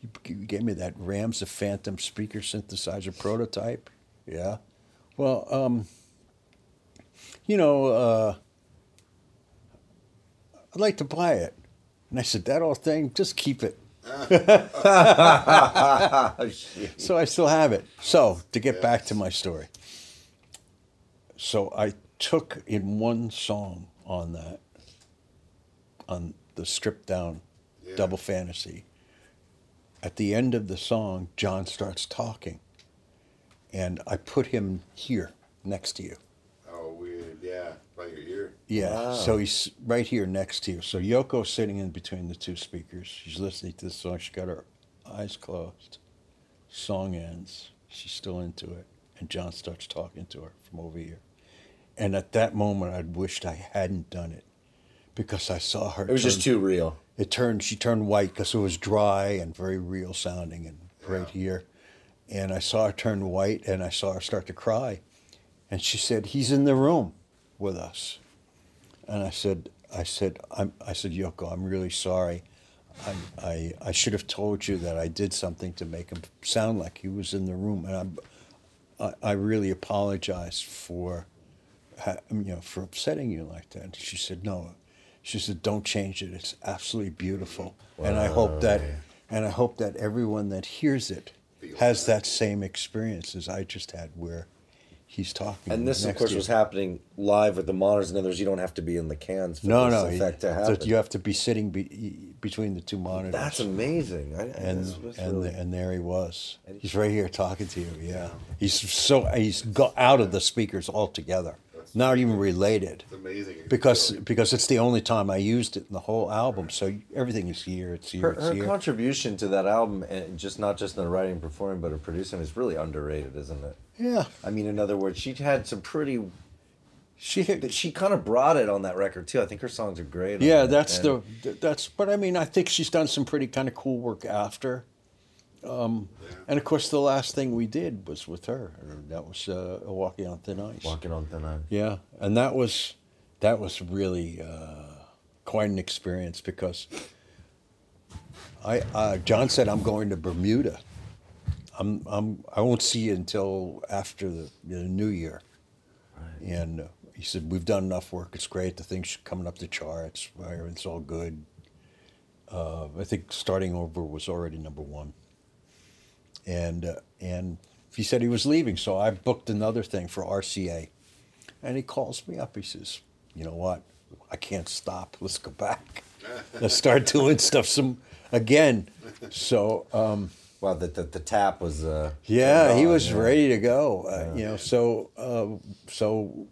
Speaker 3: you, you gave me that Rams the Phantom speaker synthesizer prototype? Yeah. Well, um, you know, uh, I'd like to buy it. And I said, that old thing, just keep it.
Speaker 4: Oh,
Speaker 3: So I still have it. So to get back to my story. So I took in one song on that, on the stripped down
Speaker 2: Yeah.
Speaker 3: Double Fantasy. At the end of the song, John starts talking, and I put him here next to you.
Speaker 2: Oh, weird. Yeah, by your ear.
Speaker 3: Yeah, so he's right here next to you. So Yoko's sitting in between the two speakers. She's listening to this song. She's got her eyes closed. Song ends. She's still into it. And John starts talking to her from over here. And at that moment, I'd wished I hadn't done it because I saw her.
Speaker 4: It was just too real.
Speaker 3: It turned. She turned white because it was dry and very real sounding and right here. And I saw her turn white, and I saw her start to cry. And she said, "He's in the room with us." And I said, "I said, I'm, I said, Yoko, I'm really sorry. I, I, I should have told you that I did something to make him sound like he was in the room, and I'm, I, I really apologize for." ha- you know, for upsetting you like that. And she said, no. She said, don't change it. It's absolutely beautiful. And I hope that, and I hope that everyone that hears it has that same experience as I just had where he's talking.
Speaker 4: And this, of
Speaker 3: next
Speaker 4: course,
Speaker 3: to you.
Speaker 4: was happening live with the monitors. In other words, you don't have to be in the cans for
Speaker 3: No,
Speaker 4: this
Speaker 3: no.
Speaker 4: effect to
Speaker 3: you-
Speaker 4: happen.
Speaker 3: that You have to be sitting be, between the two monitors.
Speaker 4: That's amazing. I, I,
Speaker 3: and
Speaker 4: that's- that's
Speaker 3: and,
Speaker 4: really-
Speaker 3: and there he was. He's right here talking to you. Yeah, he's so he's got out of the speakers altogether. Not even related.
Speaker 2: It's amazing.
Speaker 3: because because it's the only time I used it in the whole album. So everything is here. It's here.
Speaker 4: her,
Speaker 3: it's
Speaker 4: her
Speaker 3: here.
Speaker 4: contribution to that album, and just not just in the writing and performing, but her producing, is really underrated, isn't it?
Speaker 3: yeah,
Speaker 4: I mean, in other words, she had some pretty.
Speaker 3: she.
Speaker 4: that She kind of brought it on that record too. I think her songs are great. on
Speaker 3: Yeah,
Speaker 4: it,
Speaker 3: that's
Speaker 4: and-
Speaker 3: the that's. But I mean, I think she's done some pretty kind of cool work after. Um, and of course, the last thing we did was with her. That was uh, Walking on Thin Ice.
Speaker 4: Walking on thin ice.
Speaker 3: Yeah, and that was that was really uh, quite an experience because I uh, John said I'm going to Bermuda. I'm I'm I won't see you until after the, the New Year, and uh, he said we've done enough work. It's great. The thing's coming up the charts. It's all good. Uh, I think starting over was already number one and uh, and he said he was leaving, so I booked another thing for RCA, and he calls me up. He says, "You know what? I can't stop. Let's go back. Let's start doing stuff some again." So um,
Speaker 4: Well, the, the, the tap was. Uh,
Speaker 3: yeah, he
Speaker 4: gone,
Speaker 3: was
Speaker 4: yeah.
Speaker 3: ready to go. Uh, you know, so uh, so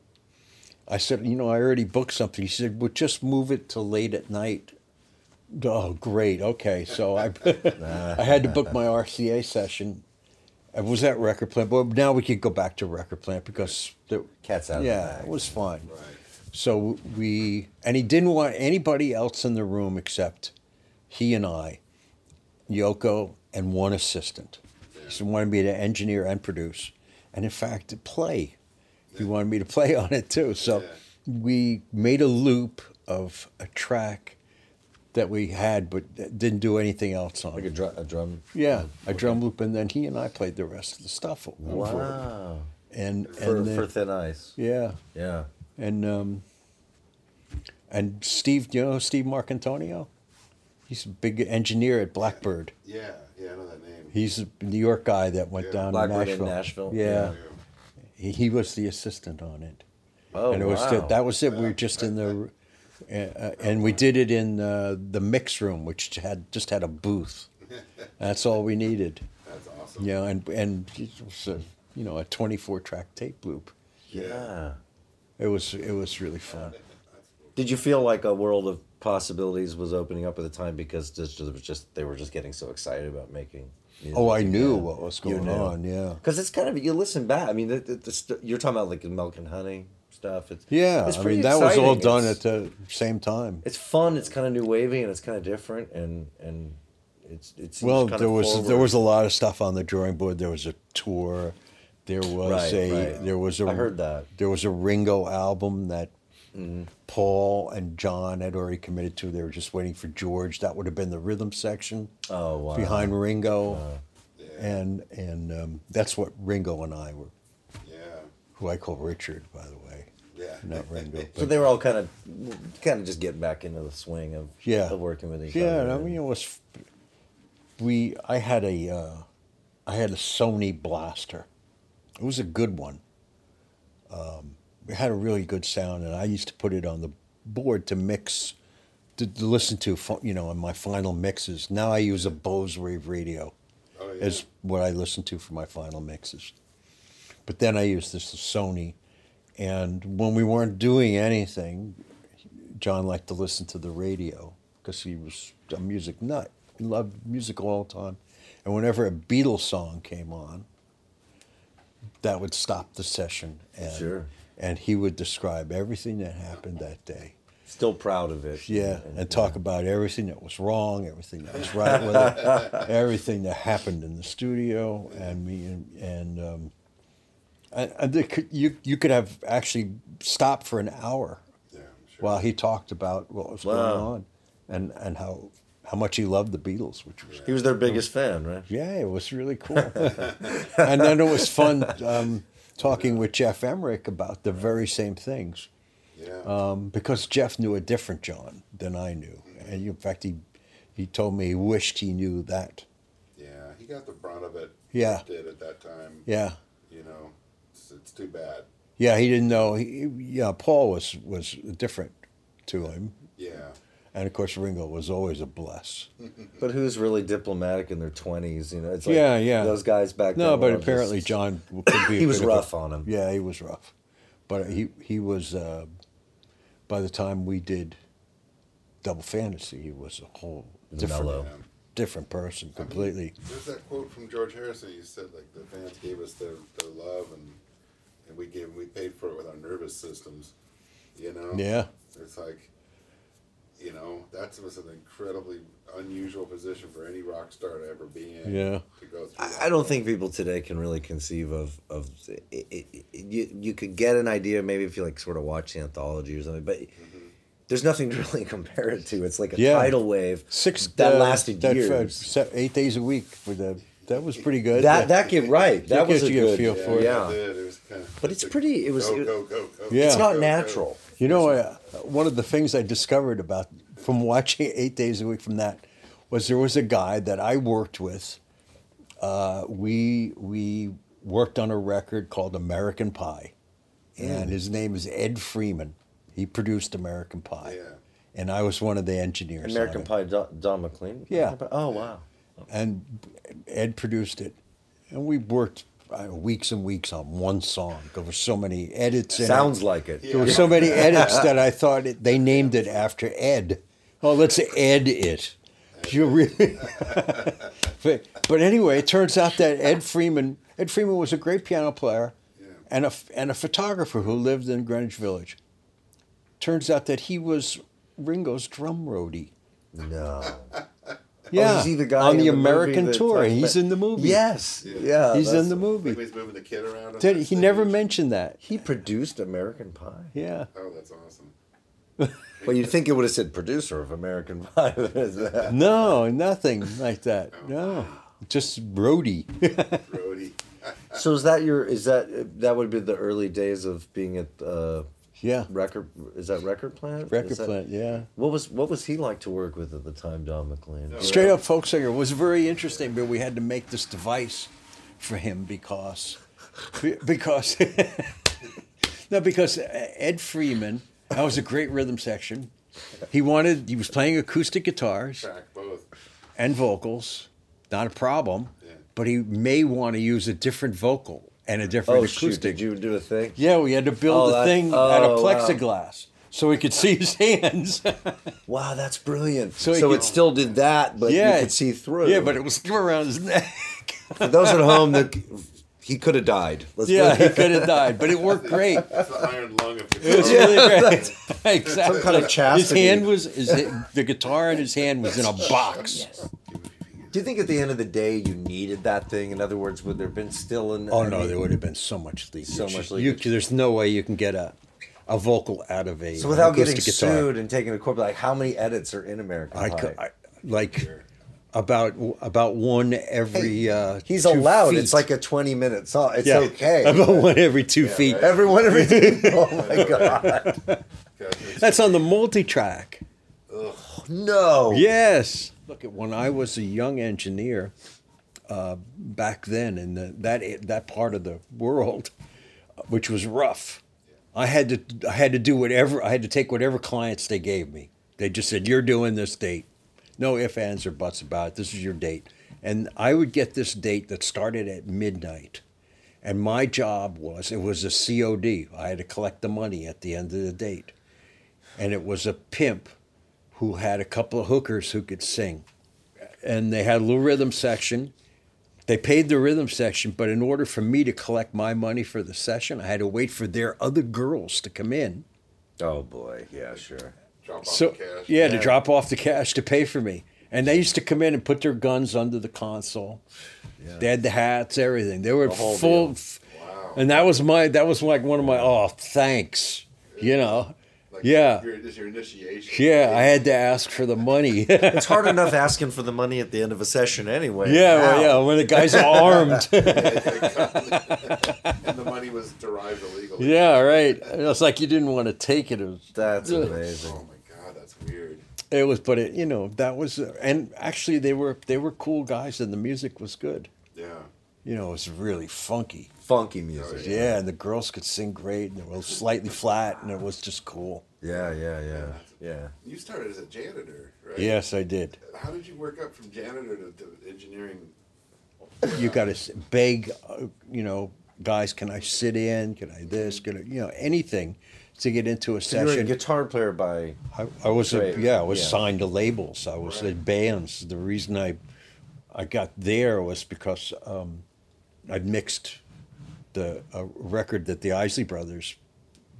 Speaker 3: I said, "You know, I already booked something." He said, "Well, just move it to late at night." Oh, great. Okay, so I I had to book my RCA session. It was at Record Plant, but now we could go back to Record Plant because the
Speaker 4: Cat's out of the
Speaker 3: Yeah,
Speaker 4: bag.
Speaker 3: it was fine. Right. So we and he didn't want anybody else in the room except he and I, Yoko, and one assistant. He wanted me to engineer and produce, and in fact, to play. He wanted me to play on it too. So we made a loop of a track that we had, but didn't do anything else on.
Speaker 4: Like a, drum. a drum.
Speaker 3: Yeah, a drum loop, and then he and I played the rest of the stuff. o- over it.
Speaker 4: Wow.
Speaker 3: And
Speaker 4: For,
Speaker 3: and then,
Speaker 4: for thin ice.
Speaker 3: yeah,
Speaker 4: Yeah.
Speaker 3: and um, and Steve, you know Steve Marcantonio, he's a big engineer at Blackbird.
Speaker 2: Yeah, yeah, I know that name.
Speaker 3: He's a New York guy that went
Speaker 2: Yeah,
Speaker 3: down
Speaker 4: Blackbird
Speaker 3: to
Speaker 4: in
Speaker 3: Nashville.
Speaker 4: Nashville,
Speaker 2: Oh,
Speaker 3: Yeah,
Speaker 2: Yeah.
Speaker 3: He, he was the assistant on it.
Speaker 4: Oh,
Speaker 3: and it
Speaker 4: wow.
Speaker 3: was still, that was it. We were just in the, uh, uh, and we did it in uh, the mix room, which had just had a booth. That's all we needed.
Speaker 2: That's awesome.
Speaker 3: Yeah, and and it was a, you know a 24 track tape loop.
Speaker 4: yeah.
Speaker 3: It was it was really fun.
Speaker 4: Did you feel like a world of possibilities was opening up at the time because just, it was just they were just getting so excited about making?
Speaker 3: Oh, I knew what was
Speaker 4: You
Speaker 3: going
Speaker 4: knew.
Speaker 3: on. Yeah,
Speaker 4: Because it's kind of you listen back. I mean, the, the, the st- you're talking about like the milk and honey stuff. It's
Speaker 3: yeah.
Speaker 4: It's
Speaker 3: I
Speaker 4: pretty
Speaker 3: mean that was all
Speaker 4: exciting.
Speaker 3: done
Speaker 4: It's-
Speaker 3: at the same time.
Speaker 4: It's fun. It's kind of new wavy and it's kind of different and and it's it's
Speaker 3: Well,
Speaker 4: kind
Speaker 3: there
Speaker 4: of
Speaker 3: was
Speaker 4: forward.
Speaker 3: there was a lot of stuff on the drawing board. There was a tour. There was
Speaker 4: Right,
Speaker 3: a
Speaker 4: right.
Speaker 3: there was a
Speaker 4: I heard that. Mm-hmm.
Speaker 3: there was a Ringo album that Paul and John had already committed to. They were just waiting for George. That would have been the rhythm section
Speaker 4: oh wow
Speaker 3: behind Ringo,
Speaker 2: Yeah.
Speaker 3: and and um, that's what Ringo and I were
Speaker 2: Yeah.
Speaker 3: who I call Richard, by the way,
Speaker 2: Yeah.
Speaker 3: not Ringo. But
Speaker 4: So they were all kind of kind of just getting back into the swing of
Speaker 3: yeah,
Speaker 4: of working with each
Speaker 3: yeah,
Speaker 4: other.
Speaker 3: and I
Speaker 4: and-
Speaker 3: mean, it was. We I had a uh, I had a Sony blaster. It was a good one. Um, it had a really good sound, and I used to put it on the board to mix to, to listen to, fo- you know, in my final mixes. Now I use a Bose Wave radio
Speaker 2: Oh, yeah.
Speaker 3: as what I listen to for my final mixes. But then I used this Sony, and when we weren't doing anything, John liked to listen to the radio because he was a music nut. He loved music all the time, and whenever a Beatles song came on, that would stop the session, and
Speaker 4: Sure.
Speaker 3: and he would describe everything that happened that day.
Speaker 4: Still proud of it.
Speaker 3: Yeah, and uh, talk about everything that was wrong, everything that was right with it, everything that happened in the studio, and me and and um, and, and there could, you you could have actually stopped for an hour
Speaker 2: Yeah, I'm sure.
Speaker 3: while he talked about what was going
Speaker 4: Wow.
Speaker 3: on, and and how how much he loved the Beatles, which was
Speaker 4: He was their biggest fan, right?
Speaker 3: yeah, it was really cool. and then it was fun um, talking with Jeff Emmerich about the very same things
Speaker 2: yeah.
Speaker 3: um, because Jeff knew a different John than I knew, and in fact, he he told me he wished he knew that.
Speaker 2: yeah, he got the brunt of it.
Speaker 3: Yeah.
Speaker 2: Did at that time.
Speaker 3: Yeah,
Speaker 2: You know, it's, it's too bad.
Speaker 3: yeah, he didn't know. He, yeah, Paul was was different to him,
Speaker 2: Yeah.
Speaker 3: and of course, Ringo was always a bless.
Speaker 4: But who's really diplomatic in their twenties? You know, it's like
Speaker 3: Yeah, yeah.
Speaker 4: Those guys back then.
Speaker 3: No,
Speaker 4: were
Speaker 3: but
Speaker 4: all
Speaker 3: apparently
Speaker 4: just-
Speaker 3: John could be. a
Speaker 4: He was
Speaker 3: bit of a-
Speaker 4: rough on him.
Speaker 3: Yeah, he was rough, but he he was. Uh, by the time we did Double Fantasy, he was a whole different
Speaker 4: mellow.
Speaker 3: different person completely.
Speaker 2: There's that quote from George Harrison. He said, like, the fans gave us their, their love, and and we gave we paid for it with our nervous systems. You know.
Speaker 3: Yeah.
Speaker 2: It's like, you know, that's was an incredibly unusual position for any rock star to ever be in.
Speaker 3: Yeah.
Speaker 2: To go through.
Speaker 4: I I don't think people today can really conceive of of it, it, it- you. You could get an idea maybe if you like sort of watch the anthology or something, but there's nothing to really compare it to. It's like a
Speaker 3: Yeah.
Speaker 4: tidal wave
Speaker 3: six
Speaker 4: that
Speaker 3: uh,
Speaker 4: lasted
Speaker 3: that, uh,
Speaker 4: years.
Speaker 3: se- eight days a week for the that was pretty good.
Speaker 4: that that get right. That
Speaker 3: gives
Speaker 4: was a
Speaker 3: you a
Speaker 4: good.
Speaker 3: feel for it.
Speaker 4: yeah.
Speaker 2: did. It was kind of.
Speaker 4: But it's pretty- it was-
Speaker 2: Go,
Speaker 4: it-
Speaker 2: go, go, go.
Speaker 3: Yeah.
Speaker 4: It's not
Speaker 2: Go, go.
Speaker 4: natural.
Speaker 3: you know, uh, one of the things I discovered about from watching eight days a week from that was there was a guy that I worked with. Uh, we we worked on a record called American Pie,
Speaker 4: Mm.
Speaker 3: and his name is Ed Freeman. He produced American Pie,
Speaker 2: Yeah.
Speaker 3: and I was one of the engineers. on
Speaker 4: American
Speaker 3: it.
Speaker 4: Pie, Don, Don McLean.
Speaker 3: Yeah.
Speaker 4: Oh wow.
Speaker 3: and Ed produced it, and we worked uh, weeks and weeks on one song. There were so many edits. in it.
Speaker 4: Sounds like it.
Speaker 3: There were so many edits that I thought it, they named it after Ed. Oh, let's Ed it. You really? but, but anyway, it turns out that Ed Freeman, Ed Freeman was a great piano player, and a and a photographer who lived in Greenwich Village. Turns out that he was Ringo's drum roadie.
Speaker 4: No. Oh,
Speaker 3: Yeah,
Speaker 4: he's the guy
Speaker 3: on
Speaker 4: in
Speaker 3: the,
Speaker 4: the movie
Speaker 3: American
Speaker 4: that's
Speaker 3: tour.
Speaker 4: like
Speaker 3: He's
Speaker 4: that-
Speaker 3: in the movie.
Speaker 4: Yes. Yeah.
Speaker 3: he's
Speaker 4: that's-
Speaker 3: in the
Speaker 2: Like
Speaker 3: movie.
Speaker 2: he's moving the kid around. on
Speaker 3: Did,
Speaker 2: that
Speaker 3: he never
Speaker 2: stage.
Speaker 3: mentioned that.
Speaker 4: He produced American Pie.
Speaker 3: Yeah.
Speaker 2: Oh, that's awesome.
Speaker 4: Well, you'd think it would have said producer of American Pie. That's
Speaker 3: No, nothing like that. No, just roadie.
Speaker 2: Brody.
Speaker 4: So is that your is that that would be the early days of being at uh,
Speaker 3: yeah,
Speaker 4: record is that record plant
Speaker 3: record
Speaker 4: Is that-
Speaker 3: plant. Yeah.
Speaker 4: What was what was he like to work with at the time, Don McLean?
Speaker 3: Straight up folk singer was very interesting, but we had to make this device for him because because no because Ed Freeman that was a great rhythm section. He wanted he was playing acoustic guitars
Speaker 2: Track both.
Speaker 3: and vocals, not a problem.
Speaker 2: Yeah.
Speaker 3: But he may want to use a different vocal and a different
Speaker 4: Oh shoot!
Speaker 3: acoustic.
Speaker 4: Did you do a thing?
Speaker 3: Yeah, we had to build
Speaker 4: Oh,
Speaker 3: a
Speaker 4: that-
Speaker 3: thing out
Speaker 4: oh,
Speaker 3: of
Speaker 4: wow.
Speaker 3: plexiglass so we could see his hands.
Speaker 4: Wow, that's brilliant.
Speaker 3: So
Speaker 4: So,
Speaker 3: he could-
Speaker 4: it still did that, but
Speaker 3: Yeah.
Speaker 4: you could see through.
Speaker 3: yeah, but it was around his neck.
Speaker 4: for those at home, that he could have died. Let's
Speaker 3: Yeah, he could have died, but it worked great.
Speaker 2: That's the iron lung of the
Speaker 3: It was
Speaker 2: guitar.
Speaker 3: really great. exactly.
Speaker 4: Some kind of
Speaker 3: his
Speaker 4: chastity.
Speaker 3: hand was his, the guitar in his hand was in a box.
Speaker 4: Do you think at the end of the day you needed that thing? In other words, would there have been still an?
Speaker 3: Oh no, there would have been so much leakage.
Speaker 4: So much
Speaker 3: You-
Speaker 4: leakage.
Speaker 3: there's no way you can get a a vocal out of a
Speaker 4: So without getting
Speaker 3: acoustic guitar.
Speaker 4: sued and taking a corporate, like how many edits are in American
Speaker 3: I,
Speaker 4: Pie?
Speaker 3: cou- I like about about one every. uh,
Speaker 4: He's
Speaker 3: two
Speaker 4: allowed.
Speaker 3: Feet.
Speaker 4: It's like a twenty-minute song. It's
Speaker 3: Yeah,
Speaker 4: okay.
Speaker 3: About one every two feet.
Speaker 4: Everyone, every oh my god,
Speaker 3: That's on the multi-track.
Speaker 4: no.
Speaker 3: Yes. Oh. Look at when I was a young engineer uh, back then in the, that that part of the world, uh, which was rough. I had to I had to do whatever I had to take whatever clients they gave me. They just said, You're doing this date. No ifs, ands, or buts about it. This is your date. And I would get this date that started at midnight. And my job was it was a COD. I had to collect the money at the end of the date. And it was a pimp who had a couple of hookers who could sing. And they had a little rhythm section. They paid the rhythm section, but in order for me to collect my money for the session, I had to wait for their other girls to come in.
Speaker 4: Oh boy, yeah, sure.
Speaker 2: Drop off
Speaker 3: So
Speaker 2: the cash.
Speaker 3: yeah, to drop off the cash to pay for me. And they used to come in and put their guns under the console. They had the hats, everything. They were
Speaker 4: whole
Speaker 3: full.
Speaker 4: deal.
Speaker 3: f- And that was my that was like one of my oh thanks, you know.
Speaker 2: Like,
Speaker 3: yeah.
Speaker 2: Your, this is your initiation.
Speaker 3: Yeah, I had to ask for the money. yeah,
Speaker 4: It's hard enough asking for the money at the end of a session anyway.
Speaker 3: well, yeah. When the guy's armed,
Speaker 2: and the money was derived illegally.
Speaker 3: yeah, right. It's like you didn't want to take it. It was,
Speaker 4: That's amazing.
Speaker 2: Oh my god, that's weird.
Speaker 3: it was but it, you know, that was. uh, And actually, they were they were cool guys, and the music was good.
Speaker 2: Yeah.
Speaker 3: You know, it was really funky.
Speaker 4: Funky music.
Speaker 3: Yeah, and the girls could sing great, and it was slightly flat, and it was just cool.
Speaker 4: Yeah, yeah, yeah. Yeah.
Speaker 2: You started as a janitor, right?
Speaker 3: Yes, I did.
Speaker 2: How did you work up from janitor to, to engineering?
Speaker 3: You got to beg, uh, you know, guys, can I sit in? Can I this? Can I, you know, anything to get into a
Speaker 4: So you're a
Speaker 3: session?
Speaker 4: guitar player by
Speaker 3: I, I was, a,
Speaker 4: Right,
Speaker 3: yeah, I was
Speaker 4: yeah.
Speaker 3: signed to labels. I was in bands. The reason I, I got there was because um, I mixed the a record that the Isley Brothers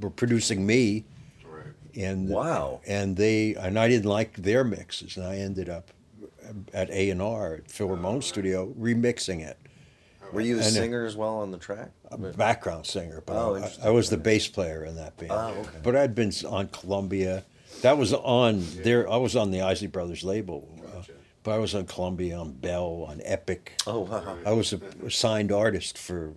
Speaker 3: were producing me.
Speaker 2: Right.
Speaker 3: and
Speaker 4: Wow.
Speaker 3: and they and I didn't like their mixes, and I ended up at A and R at Phil Ramone
Speaker 4: Uh.
Speaker 3: Studio remixing it,
Speaker 4: Were you the
Speaker 3: And, uh,
Speaker 4: singer as well on the track?
Speaker 3: a background singer. But
Speaker 4: Oh,
Speaker 3: I-
Speaker 4: interesting.
Speaker 3: I, was the bass player in that band.
Speaker 4: Oh, okay.
Speaker 3: But I'd been on Columbia. That was on their. I was on the Isley Brothers label, uh,
Speaker 2: Gotcha.
Speaker 3: but I was on Columbia, on Bell, on Epic.
Speaker 4: Oh wow.
Speaker 3: I was a signed artist for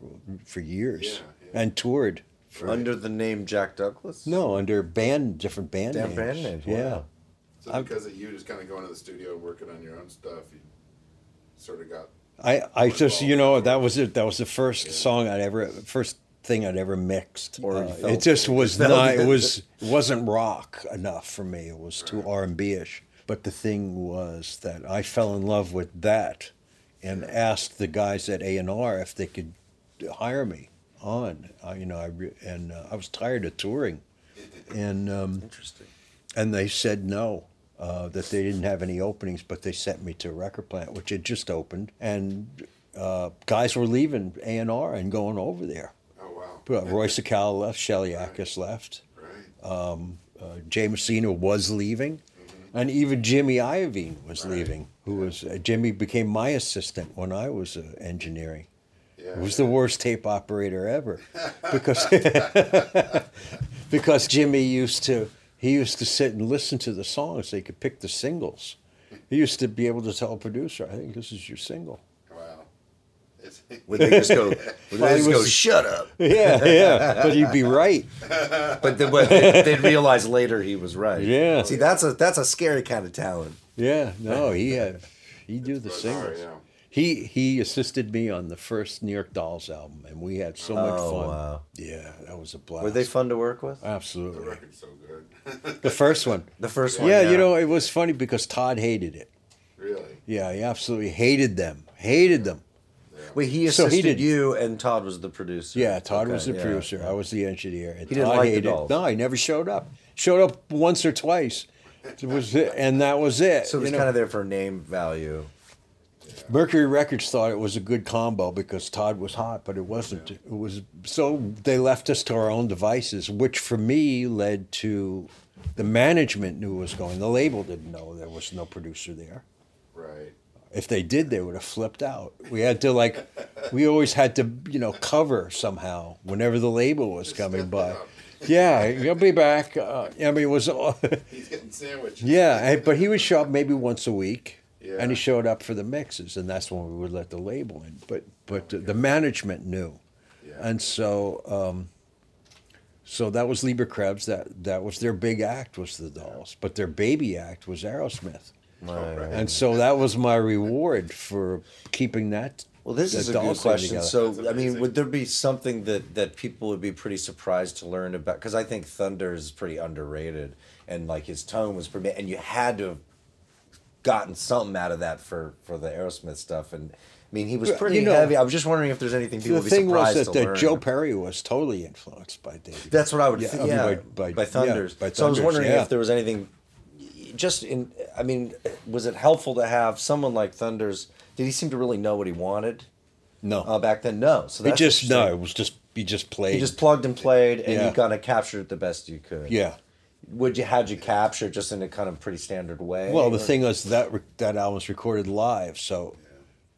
Speaker 3: for years
Speaker 2: Yeah, yeah.
Speaker 3: and toured.
Speaker 4: Under the name Jack Douglas?
Speaker 3: No, under band different band
Speaker 4: Damn
Speaker 3: names.
Speaker 4: band names, wow.
Speaker 3: Yeah.
Speaker 2: So
Speaker 3: I'm-
Speaker 2: because of you just kind of going to the studio, working on your own stuff, you sort of got.
Speaker 3: I, I just you know that was it. That was the first song I'd ever first thing I'd ever mixed.
Speaker 4: Or
Speaker 3: Uh,
Speaker 4: you
Speaker 3: it
Speaker 4: felt-
Speaker 3: just was
Speaker 4: felt
Speaker 3: not. It
Speaker 4: it.
Speaker 3: was it wasn't rock enough for me. It was too R and B ish. But the thing was that I fell in love with that, and asked the guys at A and R if they could hire me on. I, you know, I re- and uh, I was tired of touring, and um,
Speaker 4: Interesting.
Speaker 3: and they said no, uh, that they didn't have any openings, but they sent me to a record plant, which had just opened, and uh, guys were leaving A and R and going over there.
Speaker 2: Oh wow.
Speaker 3: Uh, Roy Sakala left, Shelly Akis left,
Speaker 2: Right.
Speaker 3: uh, James Senior was leaving, and even Jimmy Iovine was leaving, who was uh, Jimmy became my assistant when I was uh, engineering.
Speaker 2: yeah.
Speaker 3: It was the worst tape operator ever, because because Jimmy used to he used to sit and listen to the songs. They could pick the singles. He used to be able to tell a producer, "I think this is your single."
Speaker 2: Wow. It's,
Speaker 4: Would they just go, would they just go shut up?
Speaker 3: Yeah, yeah, but he'd be right.
Speaker 4: But then but they- they'd realize later he was right.
Speaker 3: Yeah.
Speaker 4: See, that's a that's a scary kind of talent.
Speaker 3: Yeah, no, he had he do the
Speaker 2: bizarre,
Speaker 3: singles.
Speaker 2: yeah.
Speaker 3: He he assisted me on the first New York Dolls album, and we had so much
Speaker 4: Oh, uh,
Speaker 3: fun.
Speaker 4: wow.
Speaker 3: Yeah, that was a blast.
Speaker 4: Were they fun to work with?
Speaker 2: The
Speaker 3: Absolutely,
Speaker 2: record's so good.
Speaker 3: the first one.
Speaker 4: The first one.
Speaker 3: Yeah, you know, it was funny because Todd hated it.
Speaker 2: really.
Speaker 3: Yeah, he absolutely hated them. Hated them.
Speaker 4: Wait, he
Speaker 3: So he
Speaker 4: assisted
Speaker 3: did-
Speaker 4: you, and Todd was the producer.
Speaker 3: Yeah, Todd
Speaker 4: Okay,
Speaker 3: was the
Speaker 4: yeah.
Speaker 3: producer. I was the engineer. And
Speaker 4: He didn't
Speaker 3: Todd
Speaker 4: like the
Speaker 3: hated-
Speaker 4: Dolls.
Speaker 3: No, he never showed up. Showed up once or twice. It was it, and that was it.
Speaker 4: So
Speaker 3: you
Speaker 4: it was
Speaker 3: know.
Speaker 4: kind of there for name value.
Speaker 3: Mercury Records thought it was a good combo because Todd was hot, but it wasn't. It was so they left us to our own devices, which for me led to the management knew it was going. The label didn't know there was no producer there.
Speaker 2: Right.
Speaker 3: If they did, they would have flipped out. We had to like, we always had to you know cover somehow whenever the label was coming by. Yeah, you'll be back. Uh, I mean, it was all-
Speaker 2: He's getting sandwiched.
Speaker 3: yeah, and- but he would show up maybe once a week,
Speaker 2: Yeah.
Speaker 3: and he showed up for the mixes, and that's when we would let the label in. But but the management knew,
Speaker 2: Yeah.
Speaker 3: and so um, so that was Lieber Krebs. That that was their big act was the Dolls, but their baby act was Aerosmith.
Speaker 4: My-
Speaker 2: Oh, right.
Speaker 3: And so that was my reward for keeping that
Speaker 4: Well, this
Speaker 3: the
Speaker 4: is a good
Speaker 3: adults are
Speaker 4: question.
Speaker 3: together.
Speaker 4: So,
Speaker 2: That's
Speaker 4: I mean,
Speaker 2: amazing.
Speaker 4: would there be something that that people would be pretty surprised to learn about? Because I think Thunder is pretty underrated, and like his tone was pretty, and you had to have gotten something out of that for for the Aerosmith stuff. And I mean, he was
Speaker 3: Well,
Speaker 4: pretty
Speaker 3: you know,
Speaker 4: heavy. I was just wondering if there's anything people
Speaker 3: The
Speaker 4: would be
Speaker 3: thing was
Speaker 4: surprised
Speaker 3: that,
Speaker 4: to
Speaker 3: that
Speaker 4: learn.
Speaker 3: Joe Perry was totally influenced by David.
Speaker 4: That's what I would
Speaker 3: Yeah,
Speaker 4: think.
Speaker 3: I mean,
Speaker 4: yeah,
Speaker 3: by-
Speaker 4: by,
Speaker 3: by- yeah,
Speaker 4: Thunders.
Speaker 3: by
Speaker 4: so I was
Speaker 3: Thunders,
Speaker 4: wondering
Speaker 3: yeah.
Speaker 4: if there was anything, just in. I mean, was it helpful to have someone like Thunders? Did he seem to really know what he wanted
Speaker 3: no,
Speaker 4: uh, back then? No. So
Speaker 3: he
Speaker 4: that's
Speaker 3: just
Speaker 4: interesting.
Speaker 3: no. It was just he just played.
Speaker 4: You just plugged and played, and you
Speaker 3: Yeah.
Speaker 4: kind of captured it the best you could.
Speaker 3: yeah.
Speaker 4: Would you how'd you capture it just in a kind of pretty standard way?
Speaker 3: Well, the
Speaker 4: or-
Speaker 3: thing is that re- that album's recorded live, so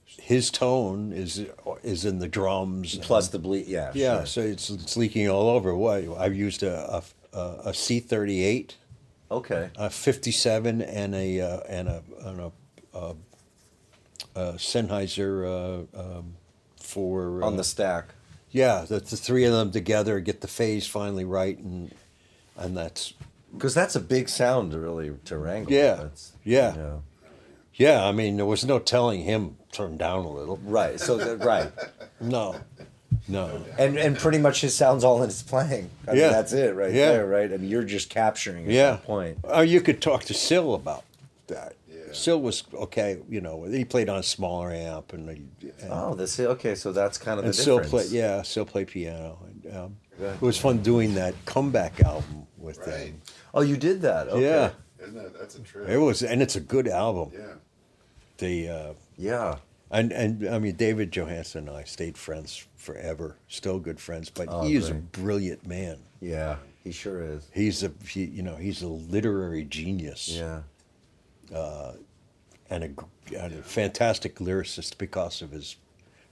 Speaker 3: his tone is is in the drums. and-
Speaker 4: plus the bleed. Yeah.
Speaker 3: yeah,
Speaker 4: sure.
Speaker 3: so it's, it's leaking all over. What I've used a a, a, a C thirty eight,
Speaker 4: Okay.
Speaker 3: a fifty seven, and a uh, and a and a, uh, uh, Sennheiser uh, um, for
Speaker 4: On
Speaker 3: uh,
Speaker 4: the stack.
Speaker 3: yeah, that's the three of them together get the phase finally right, and and that's
Speaker 4: Because that's a big sound to really to wrangle.
Speaker 3: Yeah,
Speaker 4: That's,
Speaker 3: yeah.
Speaker 4: You know.
Speaker 3: yeah. I mean, there was no telling him turn down a little.
Speaker 4: Right. So that- right.
Speaker 3: No, no.
Speaker 4: And and pretty much his sounds all in his playing. I mean,
Speaker 3: Yeah.
Speaker 4: that's it right
Speaker 3: Yeah.
Speaker 4: there, right? I mean you're just capturing at
Speaker 3: yeah.
Speaker 4: that point.
Speaker 3: Oh, you could talk to Sill about that.
Speaker 2: Yeah.
Speaker 3: Sill was okay. You know, he played on a smaller amp, and he- and,
Speaker 4: Oh, this okay, so that's kind of the
Speaker 3: and Sill
Speaker 4: difference.
Speaker 3: played. Yeah, Sill played piano. And, um,
Speaker 4: Good.
Speaker 3: it was fun doing that comeback album with
Speaker 2: Right.
Speaker 3: them.
Speaker 4: Oh, you did that. Okay.
Speaker 3: Yeah,
Speaker 2: Isn't that that's a trip?
Speaker 3: it was, and it's a good album.
Speaker 2: Yeah.
Speaker 3: The uh,
Speaker 4: Yeah.
Speaker 3: and and I mean David Johansen and I stayed friends forever, still good friends. But
Speaker 4: Oh,
Speaker 3: he is a
Speaker 4: great.
Speaker 3: brilliant man.
Speaker 4: Yeah. He sure is.
Speaker 3: He's a he, you know he's a literary genius.
Speaker 4: Yeah.
Speaker 3: and a, gr- and a fantastic lyricist because of his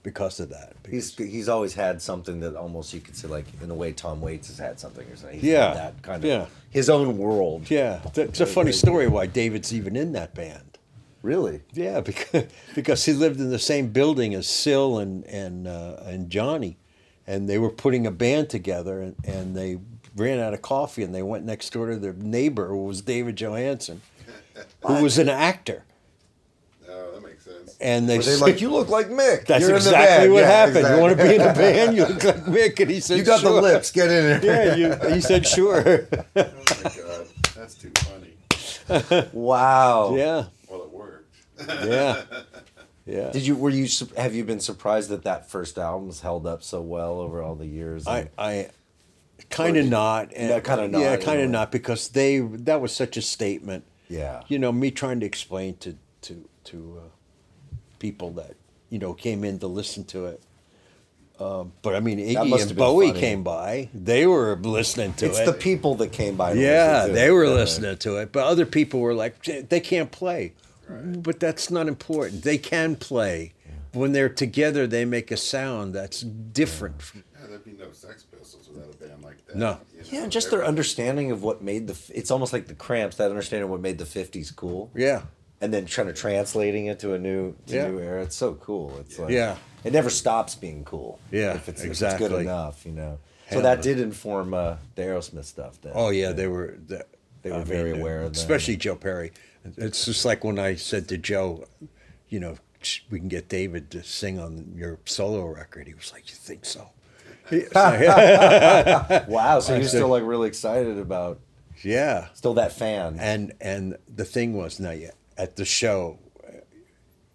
Speaker 3: because of that.
Speaker 4: He's he's always had something that almost you could say like in the way Tom Waits has had something or something. He's had
Speaker 3: Yeah,
Speaker 4: that kind of
Speaker 3: yeah.
Speaker 4: his own world.
Speaker 3: yeah, that's a funny story why David's even in that band.
Speaker 4: Really,
Speaker 3: Yeah, because because he lived in the same building as Syl and and uh, and Johnny, and they were putting a band together, and, and they ran out of coffee, and they went next door to their neighbor, who was David Johansen, who was an actor,
Speaker 2: Oh, that makes sense.
Speaker 3: and they
Speaker 4: Were they
Speaker 3: said-
Speaker 4: like you look like Mick.
Speaker 3: That's
Speaker 4: You're in the
Speaker 3: exactly
Speaker 4: band."
Speaker 3: what
Speaker 4: Yeah,
Speaker 3: happened.
Speaker 4: exactly.
Speaker 3: You want to be in a band? You look like Mick, and he said,
Speaker 4: You got
Speaker 3: "Sure."
Speaker 4: the lips. Get in here.
Speaker 3: Yeah, you, he said sure.
Speaker 2: Oh my god, that's too funny.
Speaker 4: Wow.
Speaker 3: Yeah,
Speaker 2: Well, it worked.
Speaker 3: yeah, yeah.
Speaker 4: Did you were you su- have you been surprised that that first album's held up so well over all the years?
Speaker 3: I, I, kind of not. and-
Speaker 4: Yeah, kinda not,
Speaker 3: Yeah,
Speaker 4: you
Speaker 3: kind
Speaker 4: know.
Speaker 3: of not because they that was such a statement.
Speaker 4: yeah.
Speaker 3: You know, me trying to explain to to to uh, people that you know came in to listen to it. Um, but I mean, Iggy
Speaker 4: must
Speaker 3: and
Speaker 4: have been
Speaker 3: Bowie
Speaker 4: funny.
Speaker 3: came by. They were listening to
Speaker 4: it's
Speaker 3: it.
Speaker 4: the people that came by. to
Speaker 3: yeah,
Speaker 4: listen to
Speaker 3: they
Speaker 4: it.
Speaker 3: were listening to it. But other people were like, "J- they can't play. But that's not important. They can play. When they're together, they make a sound that's different
Speaker 2: Yeah, there'd be no Sex Pistols without a band like that.
Speaker 3: No.
Speaker 2: you know?
Speaker 4: Yeah, just their
Speaker 2: Every-
Speaker 4: understanding of what made the. f- It's almost like the Cramps. That understanding of what made the '50s cool.
Speaker 3: Yeah.
Speaker 4: and then trying to translating it to a new to
Speaker 3: Yeah.
Speaker 4: new era. It's so cool. It's like
Speaker 3: Yeah.
Speaker 4: it never stops being cool.
Speaker 3: Yeah,
Speaker 4: if it's, If it's
Speaker 3: exactly.
Speaker 4: good enough, you know. So
Speaker 3: Hell,
Speaker 4: that
Speaker 3: yeah.
Speaker 4: did inform uh, the Aerosmith stuff. Then.
Speaker 3: Oh yeah, they were the,
Speaker 4: They were very aware of that.
Speaker 3: especially Joe Perry. It's just like when I said to Joe, you know, "Shh, we can get David to sing on your solo record. He was like, "You think so?" It's like,
Speaker 4: Wow, so you're
Speaker 3: said-
Speaker 4: still like really excited about
Speaker 3: yeah,
Speaker 4: still that fan.
Speaker 3: and and the thing was now yeah, at the show, uh,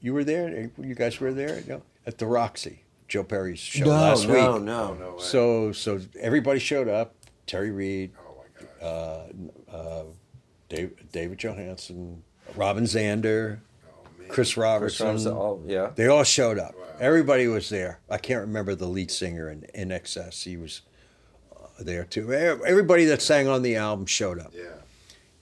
Speaker 3: you were there. You guys were there. No, at the Roxy, Joe Perry's show last week.
Speaker 4: no, no,
Speaker 2: No way.
Speaker 3: So so everybody showed up. Terry Reed,
Speaker 2: Oh my god.
Speaker 3: David, David Johansen, Robin Zander,
Speaker 2: oh man.
Speaker 3: Chris
Speaker 4: Chris
Speaker 3: Robertson.
Speaker 4: Roberts, all, yeah.
Speaker 3: They all showed up.
Speaker 2: Wow.
Speaker 3: Everybody was there. I can't remember the lead singer in, in excess. He was uh, there too. E- Everybody that sang on the album showed up.
Speaker 2: Yeah.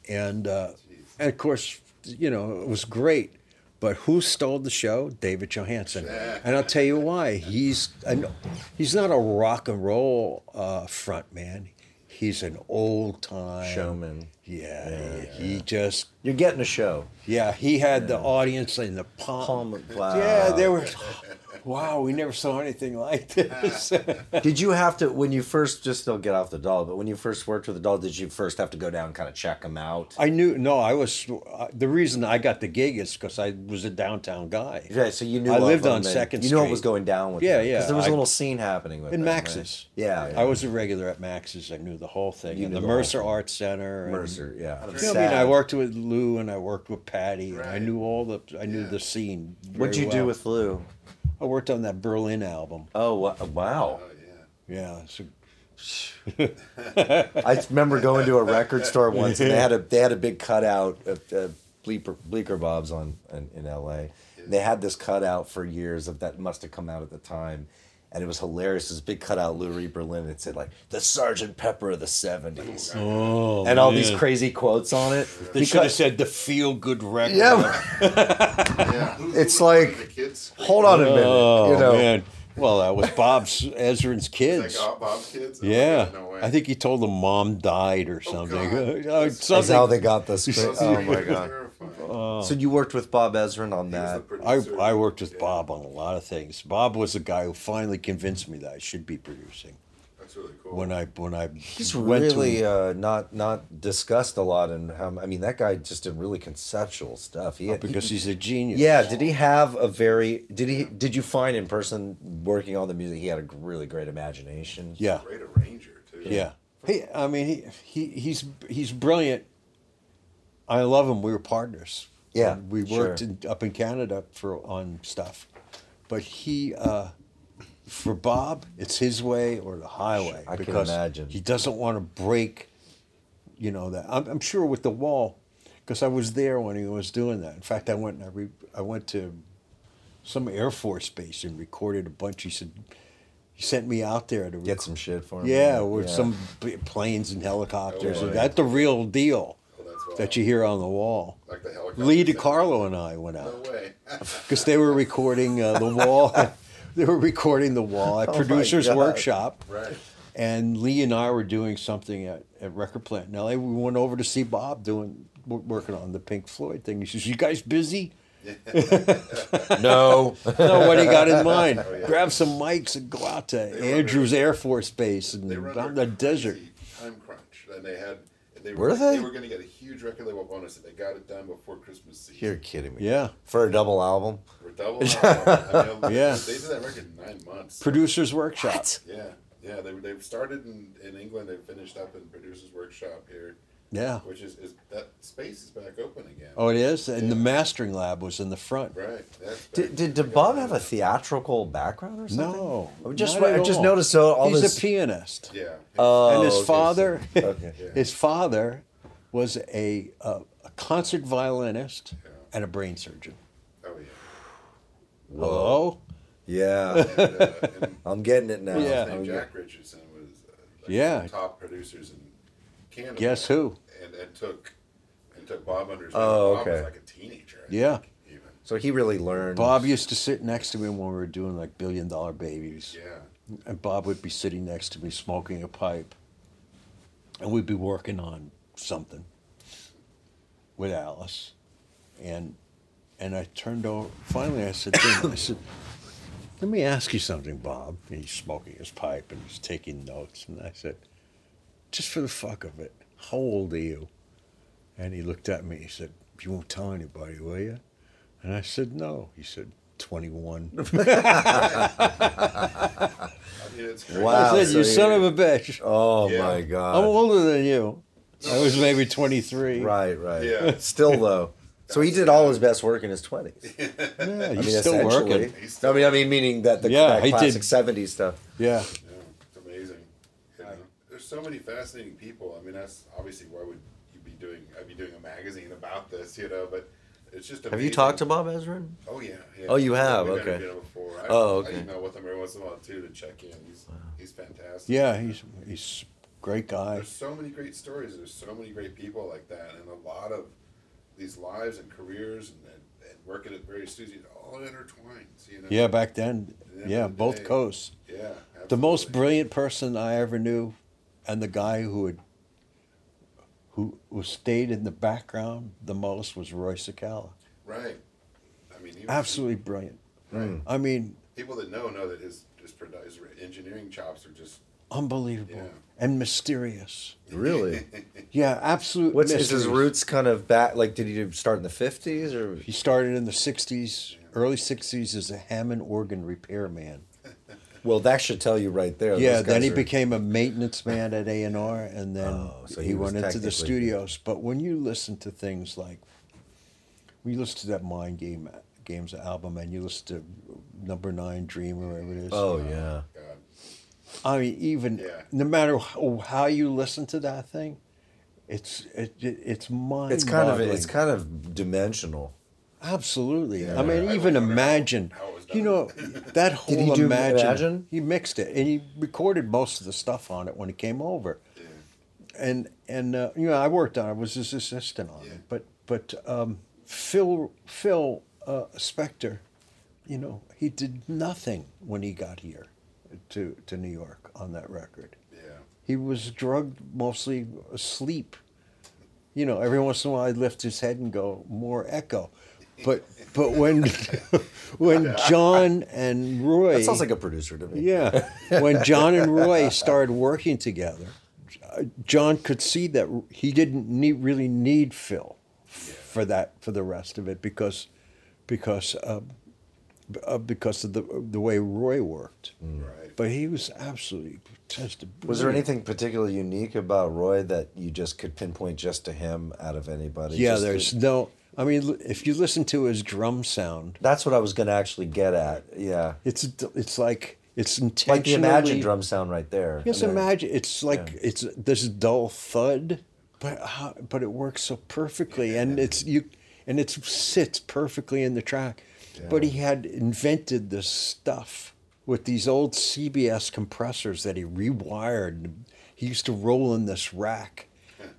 Speaker 3: And, uh,
Speaker 2: Jeez.
Speaker 3: and of course, you know, it was great. But who stole the show? David Johansen. And I'll tell you why. He's an, he's not a rock and roll uh, front man. He's an old time
Speaker 4: Showman.
Speaker 3: Yeah, he, he just
Speaker 4: You're getting a show.
Speaker 3: yeah he had the audience in the palm
Speaker 4: Palm, wow.
Speaker 3: yeah, they were wow, we never saw anything like this.
Speaker 4: Did you have to when you first just still get off the doll? But when you first worked with the doll, did you first have to go down and kind of check them out?
Speaker 3: I knew no. I was uh, the reason I got the gig is because I was a downtown guy.
Speaker 4: Yeah, so you knew.
Speaker 3: I
Speaker 4: of
Speaker 3: lived
Speaker 4: them
Speaker 3: on
Speaker 4: and
Speaker 3: Second
Speaker 4: You knew what
Speaker 3: Street.
Speaker 4: was going down with.
Speaker 3: Yeah,
Speaker 4: them, 'cause
Speaker 3: yeah,
Speaker 4: There was a
Speaker 3: I-
Speaker 4: little scene happening with
Speaker 3: In
Speaker 4: them, right?
Speaker 3: Max's.
Speaker 4: Yeah, yeah.
Speaker 3: I was a regular at Max's. I knew the whole thing.
Speaker 4: You
Speaker 3: and
Speaker 4: knew
Speaker 3: the
Speaker 4: the whole
Speaker 3: Mercer
Speaker 4: thing.
Speaker 3: Arts Center. and-
Speaker 4: Mercer. Yeah.
Speaker 3: You know, what I mean, I worked with Lou and I worked with Patty. And I
Speaker 2: Right.
Speaker 3: knew all the. I knew the scene. very
Speaker 4: What'd you do
Speaker 3: well.
Speaker 4: with Lou?
Speaker 3: I worked on that Berlin album.
Speaker 4: Oh wa- wow!
Speaker 2: Oh, yeah.
Speaker 3: Yeah. So,
Speaker 4: I remember going to a record store once, and they had a they had a big cutout of uh, Bleeper Bleecker Bob's on in, in L.A. And they had this cutout for years of that must have come out at the time, and it was hilarious. This big cutout Lou Reed Berlin. It said like the Sergeant Pepper of the '70s,
Speaker 3: oh.
Speaker 4: and all these crazy quotes on it.
Speaker 3: They should have said the feel good record.
Speaker 4: yeah,
Speaker 2: yeah. Who- who
Speaker 4: It's
Speaker 2: was one of
Speaker 4: like-
Speaker 2: the kids.
Speaker 4: hold on a minute.
Speaker 3: Oh
Speaker 4: you know,
Speaker 3: man. Well, that was Bob's Ezrin's
Speaker 2: Like
Speaker 3: kids.
Speaker 2: all Bob's kids. Oh,
Speaker 3: yeah.
Speaker 2: No way.
Speaker 3: I think he told them mom died or something.
Speaker 2: God.
Speaker 3: Uh,
Speaker 4: Oh, that's how
Speaker 3: something.
Speaker 4: they got this.
Speaker 2: Those
Speaker 4: Oh
Speaker 2: three
Speaker 4: my
Speaker 2: were
Speaker 4: god!
Speaker 2: terrifying.
Speaker 4: So you worked with Bob Ezrin on
Speaker 2: He was the
Speaker 4: that.
Speaker 3: Uh, I,
Speaker 2: producer.
Speaker 3: I worked with
Speaker 2: Yeah,
Speaker 3: Bob on a lot of things. Bob was the guy who finally convinced me that I should be producing.
Speaker 2: That's really cool.
Speaker 3: When uh, I when I
Speaker 4: He's
Speaker 3: went
Speaker 4: really
Speaker 3: to
Speaker 4: uh, not not discussed a lot, and how I mean that guy just did really conceptual stuff. He,
Speaker 3: Oh, because he's a genius.
Speaker 4: uh, yeah, did he have a very did he did you find in person working on the music he had a g- really great imagination?
Speaker 3: Yeah.
Speaker 2: Great arranger too.
Speaker 3: Yeah. He, I mean, he, he he's he's brilliant. I love him. We were partners.
Speaker 4: Yeah,
Speaker 3: we worked
Speaker 4: sure.
Speaker 3: in, up in Canada for on stuff, but he, uh, for Bob, it's his way or the highway.
Speaker 4: I can
Speaker 3: because
Speaker 4: imagine.
Speaker 3: He doesn't want to break, you know that. I'm, I'm sure with the wall, because I was there when he was doing that. In fact, I went and I, re, I went to some Air Force base and recorded a bunch. He said. He sent me out there to
Speaker 4: Get some shit for him.
Speaker 3: yeah, with some b- planes and helicopters.
Speaker 2: Oh, yeah.
Speaker 3: That's the real deal
Speaker 2: Oh, that's wild.
Speaker 3: that you hear on the wall.
Speaker 2: Like the helicopter.
Speaker 3: Lee
Speaker 2: thing.
Speaker 3: DiCarlo and I went
Speaker 2: No
Speaker 3: out
Speaker 2: way.
Speaker 3: because they were recording uh, the wall. they were recording the wall
Speaker 2: Oh,
Speaker 3: at
Speaker 4: my
Speaker 3: producers
Speaker 4: God.
Speaker 3: workshop,
Speaker 2: right.
Speaker 3: and Lee and I were doing something at, at Record Plant in LA. We went over to see Bob doing wo- working on the Pink Floyd thing. He says, "You guys busy?"
Speaker 4: no.
Speaker 3: No, what he got in mind?
Speaker 2: Oh, yeah.
Speaker 3: Grab some mics and go out to
Speaker 2: run
Speaker 3: Andrews Air Force Base and
Speaker 2: They were
Speaker 3: down
Speaker 2: under
Speaker 3: the desert.
Speaker 2: crazy Time crunch, and they had. and They
Speaker 4: Were they?
Speaker 2: They were going to get a huge record label bonus, and they got it done before Christmas season.
Speaker 4: You're kidding me.
Speaker 3: Yeah.
Speaker 4: For a double album.
Speaker 2: We're double. I mean,
Speaker 3: Yeah.
Speaker 2: They did that record in nine months.
Speaker 3: Producers workshop.
Speaker 2: yeah, yeah. They they started in, in England. They finished up in Producers Workshop here,
Speaker 3: Yeah.
Speaker 2: which is, is that space is back open again.
Speaker 3: Oh, it is? And the mastering lab was in the front.
Speaker 2: right. That's
Speaker 4: Did,
Speaker 2: back.
Speaker 4: did, did Bob have a theatrical background or something?
Speaker 3: No.
Speaker 4: I just
Speaker 3: not at
Speaker 4: I just
Speaker 3: all.
Speaker 4: noticed so all
Speaker 3: He's
Speaker 4: this.
Speaker 3: a pianist.
Speaker 2: Yeah.
Speaker 4: Oh,
Speaker 3: and his
Speaker 4: okay, so-
Speaker 3: father,
Speaker 4: okay.
Speaker 3: his father was a, a, a concert violinist and a brain surgeon.
Speaker 2: oh yeah.
Speaker 3: Hello?
Speaker 4: Yeah,
Speaker 2: And, uh, and
Speaker 4: I'm getting it now.
Speaker 3: Yeah.
Speaker 2: his name, Jack Richardson was uh, like
Speaker 3: Yeah.
Speaker 2: the top producers in Canada.
Speaker 3: Guess who?
Speaker 2: And and took and took Bob under his wing.
Speaker 4: Oh,
Speaker 2: Bob
Speaker 4: okay.
Speaker 2: was like a teenager. I
Speaker 3: Yeah.
Speaker 2: think, even.
Speaker 4: So he really learned.
Speaker 3: Bob used to sit next to me when we were doing like billion dollar babies.
Speaker 2: Yeah.
Speaker 3: And Bob would be sitting next to me smoking a pipe. And we'd be working on something with Alice. And and I turned over finally I said to him, I said, Let me ask you something, Bob. And he's smoking his pipe and he's taking notes. And I said, Just for the fuck of it, how old are you? And he looked at me, he said, You won't tell anybody, will you? And I said, No. He said, Twenty one.
Speaker 2: I mean, it's crazy.
Speaker 4: Wow.
Speaker 3: I said,
Speaker 4: so
Speaker 3: "You
Speaker 4: he-
Speaker 3: son of a bitch!
Speaker 4: Oh
Speaker 2: Yeah.
Speaker 4: my
Speaker 3: I'm
Speaker 4: god.
Speaker 3: older than you. Uh, I was maybe 23.
Speaker 4: Right, right.
Speaker 2: Yeah.
Speaker 4: Still though. So he did all his best work in his twenties.
Speaker 3: Yeah,
Speaker 4: I
Speaker 3: he's
Speaker 4: mean,
Speaker 3: still working.
Speaker 4: essentially. I mean, I mean, meaning that the
Speaker 3: Yeah,
Speaker 4: that
Speaker 3: he did.
Speaker 4: classic '70s stuff.
Speaker 2: Yeah,
Speaker 3: Yeah,
Speaker 2: it's amazing. You know? There's so many fascinating people. I mean, that's obviously why would you be doing? I'd be doing a magazine about this, you know. But it's just. Amazing.
Speaker 4: Have you talked to Bob Ezrin?
Speaker 2: Oh yeah. yeah.
Speaker 4: Oh, you have?
Speaker 2: Yeah, we've
Speaker 4: Okay.
Speaker 2: interviewed him before. I,
Speaker 4: Oh, okay.
Speaker 2: I email with him every once in a while too to check in. He's he's fantastic.
Speaker 3: yeah, he's he's a great guy.
Speaker 2: There's so many great stories. There's so many great people like that, and a lot of these lives and careers and and, and working at various studios all intertwines. You know.
Speaker 3: Yeah, back then,
Speaker 2: the end
Speaker 3: yeah,
Speaker 2: of the
Speaker 3: both
Speaker 2: day,
Speaker 3: coasts.
Speaker 2: Yeah.
Speaker 3: The most
Speaker 2: absolutely.
Speaker 3: brilliant person I ever knew, and the guy who had who, who stayed in the background the most was Roy Sakala.
Speaker 2: Right. I mean, he was,
Speaker 3: Absolutely brilliant. I mean,
Speaker 2: people that know know that his his, produ- his engineering chops are just
Speaker 3: Unbelievable
Speaker 2: Yeah.
Speaker 3: and mysterious.
Speaker 6: Really?
Speaker 3: Yeah, absolute.
Speaker 4: What's is his
Speaker 3: mysteries.
Speaker 4: roots kind of back? Like, did he start in the fifties or?
Speaker 3: He started in the 60s, early 60s as a Hammond organ repairman.
Speaker 4: Well, that should tell you right there.
Speaker 3: yeah,
Speaker 4: those
Speaker 3: then
Speaker 4: guys
Speaker 3: he
Speaker 4: are-
Speaker 3: became a maintenance man at A&R and then
Speaker 4: Oh, so
Speaker 3: he,
Speaker 4: he was
Speaker 3: went into the
Speaker 4: technically-
Speaker 3: studios. But when you listen to things like we listened to that Mind Game Games album and you listen to Number 9 Dream or whatever it is.
Speaker 4: Oh yeah.
Speaker 2: God.
Speaker 3: I mean, even
Speaker 2: Yeah.
Speaker 3: no matter how, how you listen to that thing, it's it, it, it's mind.
Speaker 4: It's kind of it's kind of dimensional.
Speaker 3: absolutely.
Speaker 4: Yeah.
Speaker 3: I mean,
Speaker 2: I
Speaker 3: even
Speaker 2: don't know
Speaker 3: imagine.
Speaker 2: how it was done.
Speaker 3: You know that whole
Speaker 4: he do
Speaker 3: imagine,
Speaker 4: Imagine?
Speaker 3: He mixed it and he recorded most of the stuff on it when it came over, and and uh, you know I worked on it. I was his assistant on it, but but um, Phil Phil uh, Spector, you know he did nothing when he got here to to New York on that record.
Speaker 2: Yeah.
Speaker 3: He was drugged mostly asleep. You know, every once in a while I'd lift his head and go, more echo. But but when when John and Roy
Speaker 4: That sounds like a producer to me.
Speaker 3: yeah. When John and Roy started working together, uh, John could see that he didn't need, really need Phil for that for the rest of it because because uh, b- uh, because of the the way Roy worked.
Speaker 2: Right.
Speaker 3: But he was absolutely just a
Speaker 4: Was there
Speaker 3: brilliant-
Speaker 4: anything particularly unique about Roy that you just could pinpoint just to him out of anybody?
Speaker 3: Yeah,
Speaker 4: Just the-
Speaker 3: there's no. I mean, l- if you listen to his drum sound,
Speaker 4: That's what I was going to actually get at. Yeah.
Speaker 3: it's it's like it's intentionally.
Speaker 4: Like the Imagine drum sound right there.
Speaker 3: Yes,
Speaker 4: I mean,
Speaker 3: imagine it's like
Speaker 4: Yeah.
Speaker 3: it's this dull thud, but how, but it works so perfectly, and it's you, and it sits perfectly in the track. But he had invented this stuff with these old CBS compressors that he rewired. He used to roll in this rack,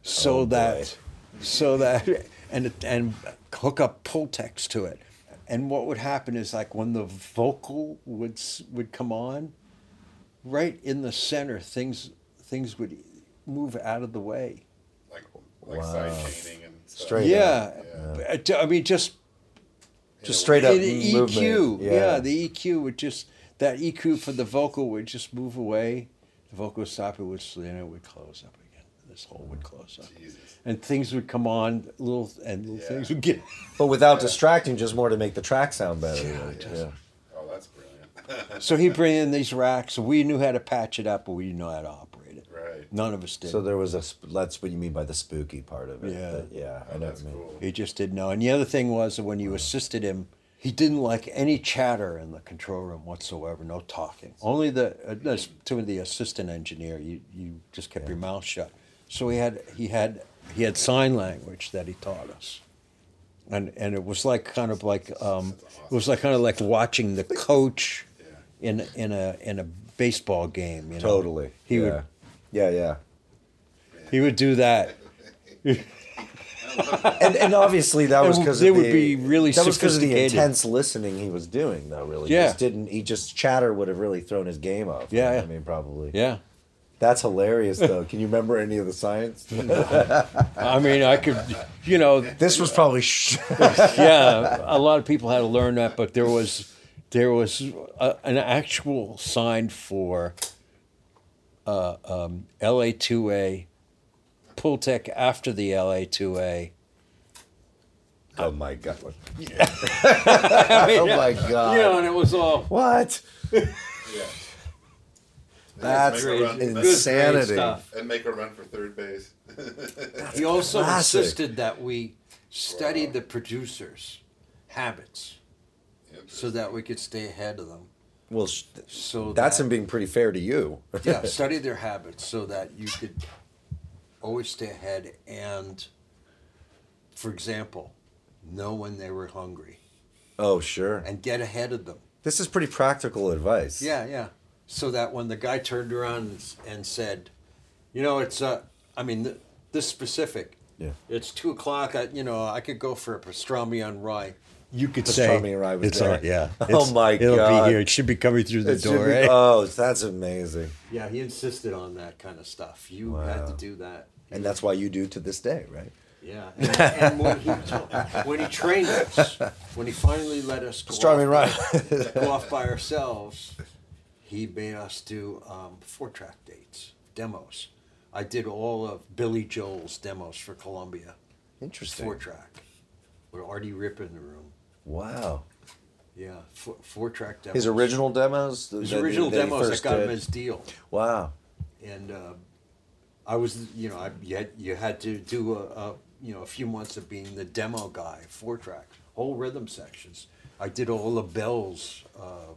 Speaker 3: so that, so that, and it- and hook up pull text to it. And what would happen is like when the vocal would s- would come on, right in the center, things things would move out of the way.
Speaker 2: Like like side chaining and stuff.
Speaker 4: Straight
Speaker 3: Yeah, uh,
Speaker 4: up.
Speaker 3: I mean, just
Speaker 4: Just straight up
Speaker 3: the EQ.
Speaker 4: movement.
Speaker 3: Yeah. the EQ would just that EQ for the vocal would just move away. The vocal would stop. It would slow, and it would close up again. This hole would close up,
Speaker 2: Jesus.
Speaker 3: and things would come on little, and little
Speaker 2: Yeah.
Speaker 3: things would get.
Speaker 4: but without distracting, just more to make the track sound better. like, Yeah,
Speaker 2: Oh, that's brilliant.
Speaker 3: So he'd bring in these racks. We knew how to patch it up, but we didn't know how to operate it.
Speaker 2: right.
Speaker 3: None of us did.
Speaker 4: So there was a. sp- That's what you mean by the spooky part of it.
Speaker 3: Yeah.
Speaker 4: but yeah, I
Speaker 2: Oh,
Speaker 4: know. What
Speaker 2: that's
Speaker 4: you mean.
Speaker 2: cool.
Speaker 3: He just didn't know. And the other thing was that when you assisted him, he didn't like any chatter in the control room whatsoever, no talking. Only the uh, that's to the assistant engineer, you, you just kept your mouth shut. So he had he had he had sign language that he taught us. And and it was like kind of like um, it was like kind of like watching the coach in in a in a baseball game, you know.
Speaker 4: Totally.
Speaker 3: He
Speaker 4: yeah.
Speaker 3: would
Speaker 4: Yeah, yeah.
Speaker 3: he would do that.
Speaker 4: And, and obviously that was
Speaker 3: And
Speaker 4: because
Speaker 3: they
Speaker 4: of
Speaker 3: would
Speaker 4: the,
Speaker 3: be really
Speaker 4: that was 'cause of the
Speaker 3: sophisticated.
Speaker 4: intense listening he was doing though. Really,
Speaker 3: Yeah.
Speaker 4: He just didn't he just chatter would have really thrown his game off?
Speaker 3: Yeah, yeah.
Speaker 4: I mean probably.
Speaker 3: Yeah.
Speaker 4: That's hilarious though. Can you remember any of the science?
Speaker 3: I mean, I could, you know,
Speaker 4: this was probably sh-
Speaker 3: yeah, a lot of people had to learn that, but there was there was a, an actual sign for uh, um, LA2A, Pultec after the LA2A.
Speaker 4: oh my god!
Speaker 3: I mean,
Speaker 4: Oh my god!
Speaker 3: you know, and it was all
Speaker 4: What?
Speaker 2: Yeah.
Speaker 4: That's
Speaker 2: Great.
Speaker 3: insanity.
Speaker 4: insanity.
Speaker 3: stuff.
Speaker 2: And make a run for third base.
Speaker 3: He also
Speaker 4: classic.
Speaker 3: insisted that we study the producers' habits so that we could stay ahead of them.
Speaker 4: Well, sh-
Speaker 3: So
Speaker 4: that's
Speaker 3: that-
Speaker 4: him being pretty fair to you.
Speaker 3: yeah, study their habits so that you could always stay ahead and, for example, know when they were hungry
Speaker 4: oh sure.
Speaker 3: and get ahead of them.
Speaker 4: This is pretty practical advice.
Speaker 3: Yeah, yeah. So that when the guy turned around and, s- and said, you know, it's, uh, I mean, th- this specific,
Speaker 4: Yeah.
Speaker 3: it's two o'clock, I, you know, I could go for a pastrami on rye. You could
Speaker 4: Pastrami on rye was
Speaker 3: it's
Speaker 4: there.
Speaker 3: all- yeah.
Speaker 4: Oh
Speaker 3: It's-
Speaker 4: my
Speaker 3: it'll
Speaker 4: God.
Speaker 3: be here. It should be coming through the
Speaker 4: It should
Speaker 3: door.
Speaker 4: be-
Speaker 3: eh?
Speaker 4: oh, that's amazing.
Speaker 3: Yeah, he insisted on that kind of stuff. You had to do that.
Speaker 4: And that's why you do to this day, right?
Speaker 3: Yeah, and, and when, he to- when he trained us, when he finally let us go,
Speaker 4: Strawberry
Speaker 3: off,
Speaker 4: Rye.
Speaker 3: go off by ourselves, he made us do um, four track dates, demos. I did all of Billy Joel's demos for Columbia,
Speaker 4: Interesting.
Speaker 3: four track, with Artie Rip in the room.
Speaker 4: Wow.
Speaker 3: Yeah, four, four track demos.
Speaker 4: His original demos.
Speaker 3: his original
Speaker 4: that he
Speaker 3: demos that
Speaker 4: first
Speaker 3: got him
Speaker 4: did?
Speaker 3: his deal.
Speaker 4: Wow.
Speaker 3: and uh, I was, you know, I you had, you had to do a, a, you know, a few months of being the demo guy, four track, whole rhythm sections. I did all the bells uh,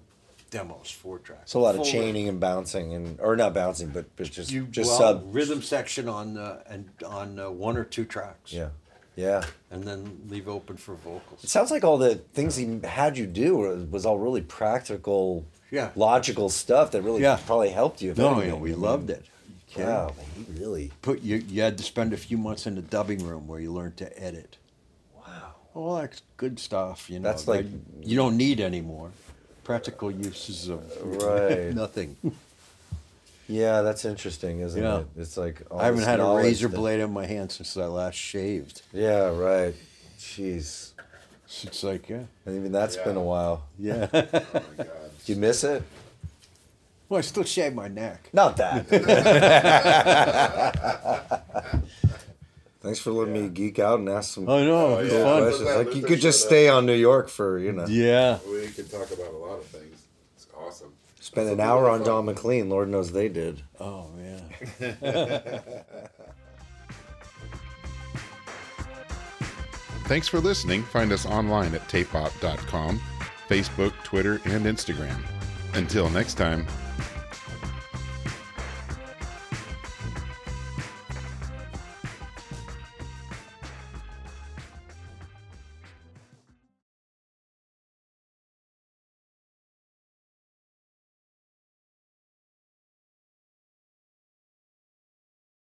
Speaker 3: demos, four track.
Speaker 4: So a lot of
Speaker 3: Full
Speaker 4: chaining and bouncing and or not bouncing, but but just
Speaker 3: You
Speaker 4: just
Speaker 3: well,
Speaker 4: sub.
Speaker 3: rhythm section on uh, and on uh, one or two tracks.
Speaker 4: Yeah. Yeah.
Speaker 3: and then leave open for vocals.
Speaker 4: It sounds like all the things he had you do were- was all really practical,
Speaker 3: Yeah.
Speaker 4: logical stuff that really
Speaker 3: Yeah.
Speaker 4: probably helped you. if
Speaker 3: No,
Speaker 4: anything.
Speaker 3: yeah, we
Speaker 4: I mean,
Speaker 3: loved it. Are you kidding?
Speaker 4: Wow, he really.
Speaker 3: Put you you had to spend a few months in the dubbing room where you learned to edit.
Speaker 4: Wow.
Speaker 3: All that good stuff, you know.
Speaker 4: That's like-
Speaker 3: that you don't need anymore. Practical uses of
Speaker 4: Right.
Speaker 3: nothing.
Speaker 4: Yeah, that's interesting, isn't
Speaker 3: Yeah.
Speaker 4: it? It's like all
Speaker 3: I haven't
Speaker 4: this
Speaker 3: had a
Speaker 4: knowledge
Speaker 3: razor
Speaker 4: that-
Speaker 3: blade in my hand since I last shaved.
Speaker 4: Yeah, right. Jeez,
Speaker 3: It's like yeah,
Speaker 4: and even that's been a
Speaker 7: Yeah.
Speaker 4: while.
Speaker 3: yeah.
Speaker 7: Oh my god.
Speaker 4: Do you miss it?
Speaker 3: well, I still shave my neck.
Speaker 4: Not that. Thanks for letting me geek out and ask some
Speaker 3: I know.
Speaker 7: Oh,
Speaker 3: it's
Speaker 7: yeah.
Speaker 3: fun.
Speaker 4: questions.
Speaker 7: Glad
Speaker 4: Like you
Speaker 7: Luther
Speaker 4: could just
Speaker 7: showed up.
Speaker 4: stay on New York for you know,
Speaker 3: Yeah.
Speaker 7: We could talk about a lot of things. It's awesome.
Speaker 4: spend
Speaker 7: That's
Speaker 4: an
Speaker 7: a
Speaker 4: hour on
Speaker 7: beautiful-
Speaker 4: Don McLean. Lord knows they did.
Speaker 3: Oh man.
Speaker 2: Thanks for listening. Find us online at tapebop.com, Facebook, Twitter, and Instagram. Until next time,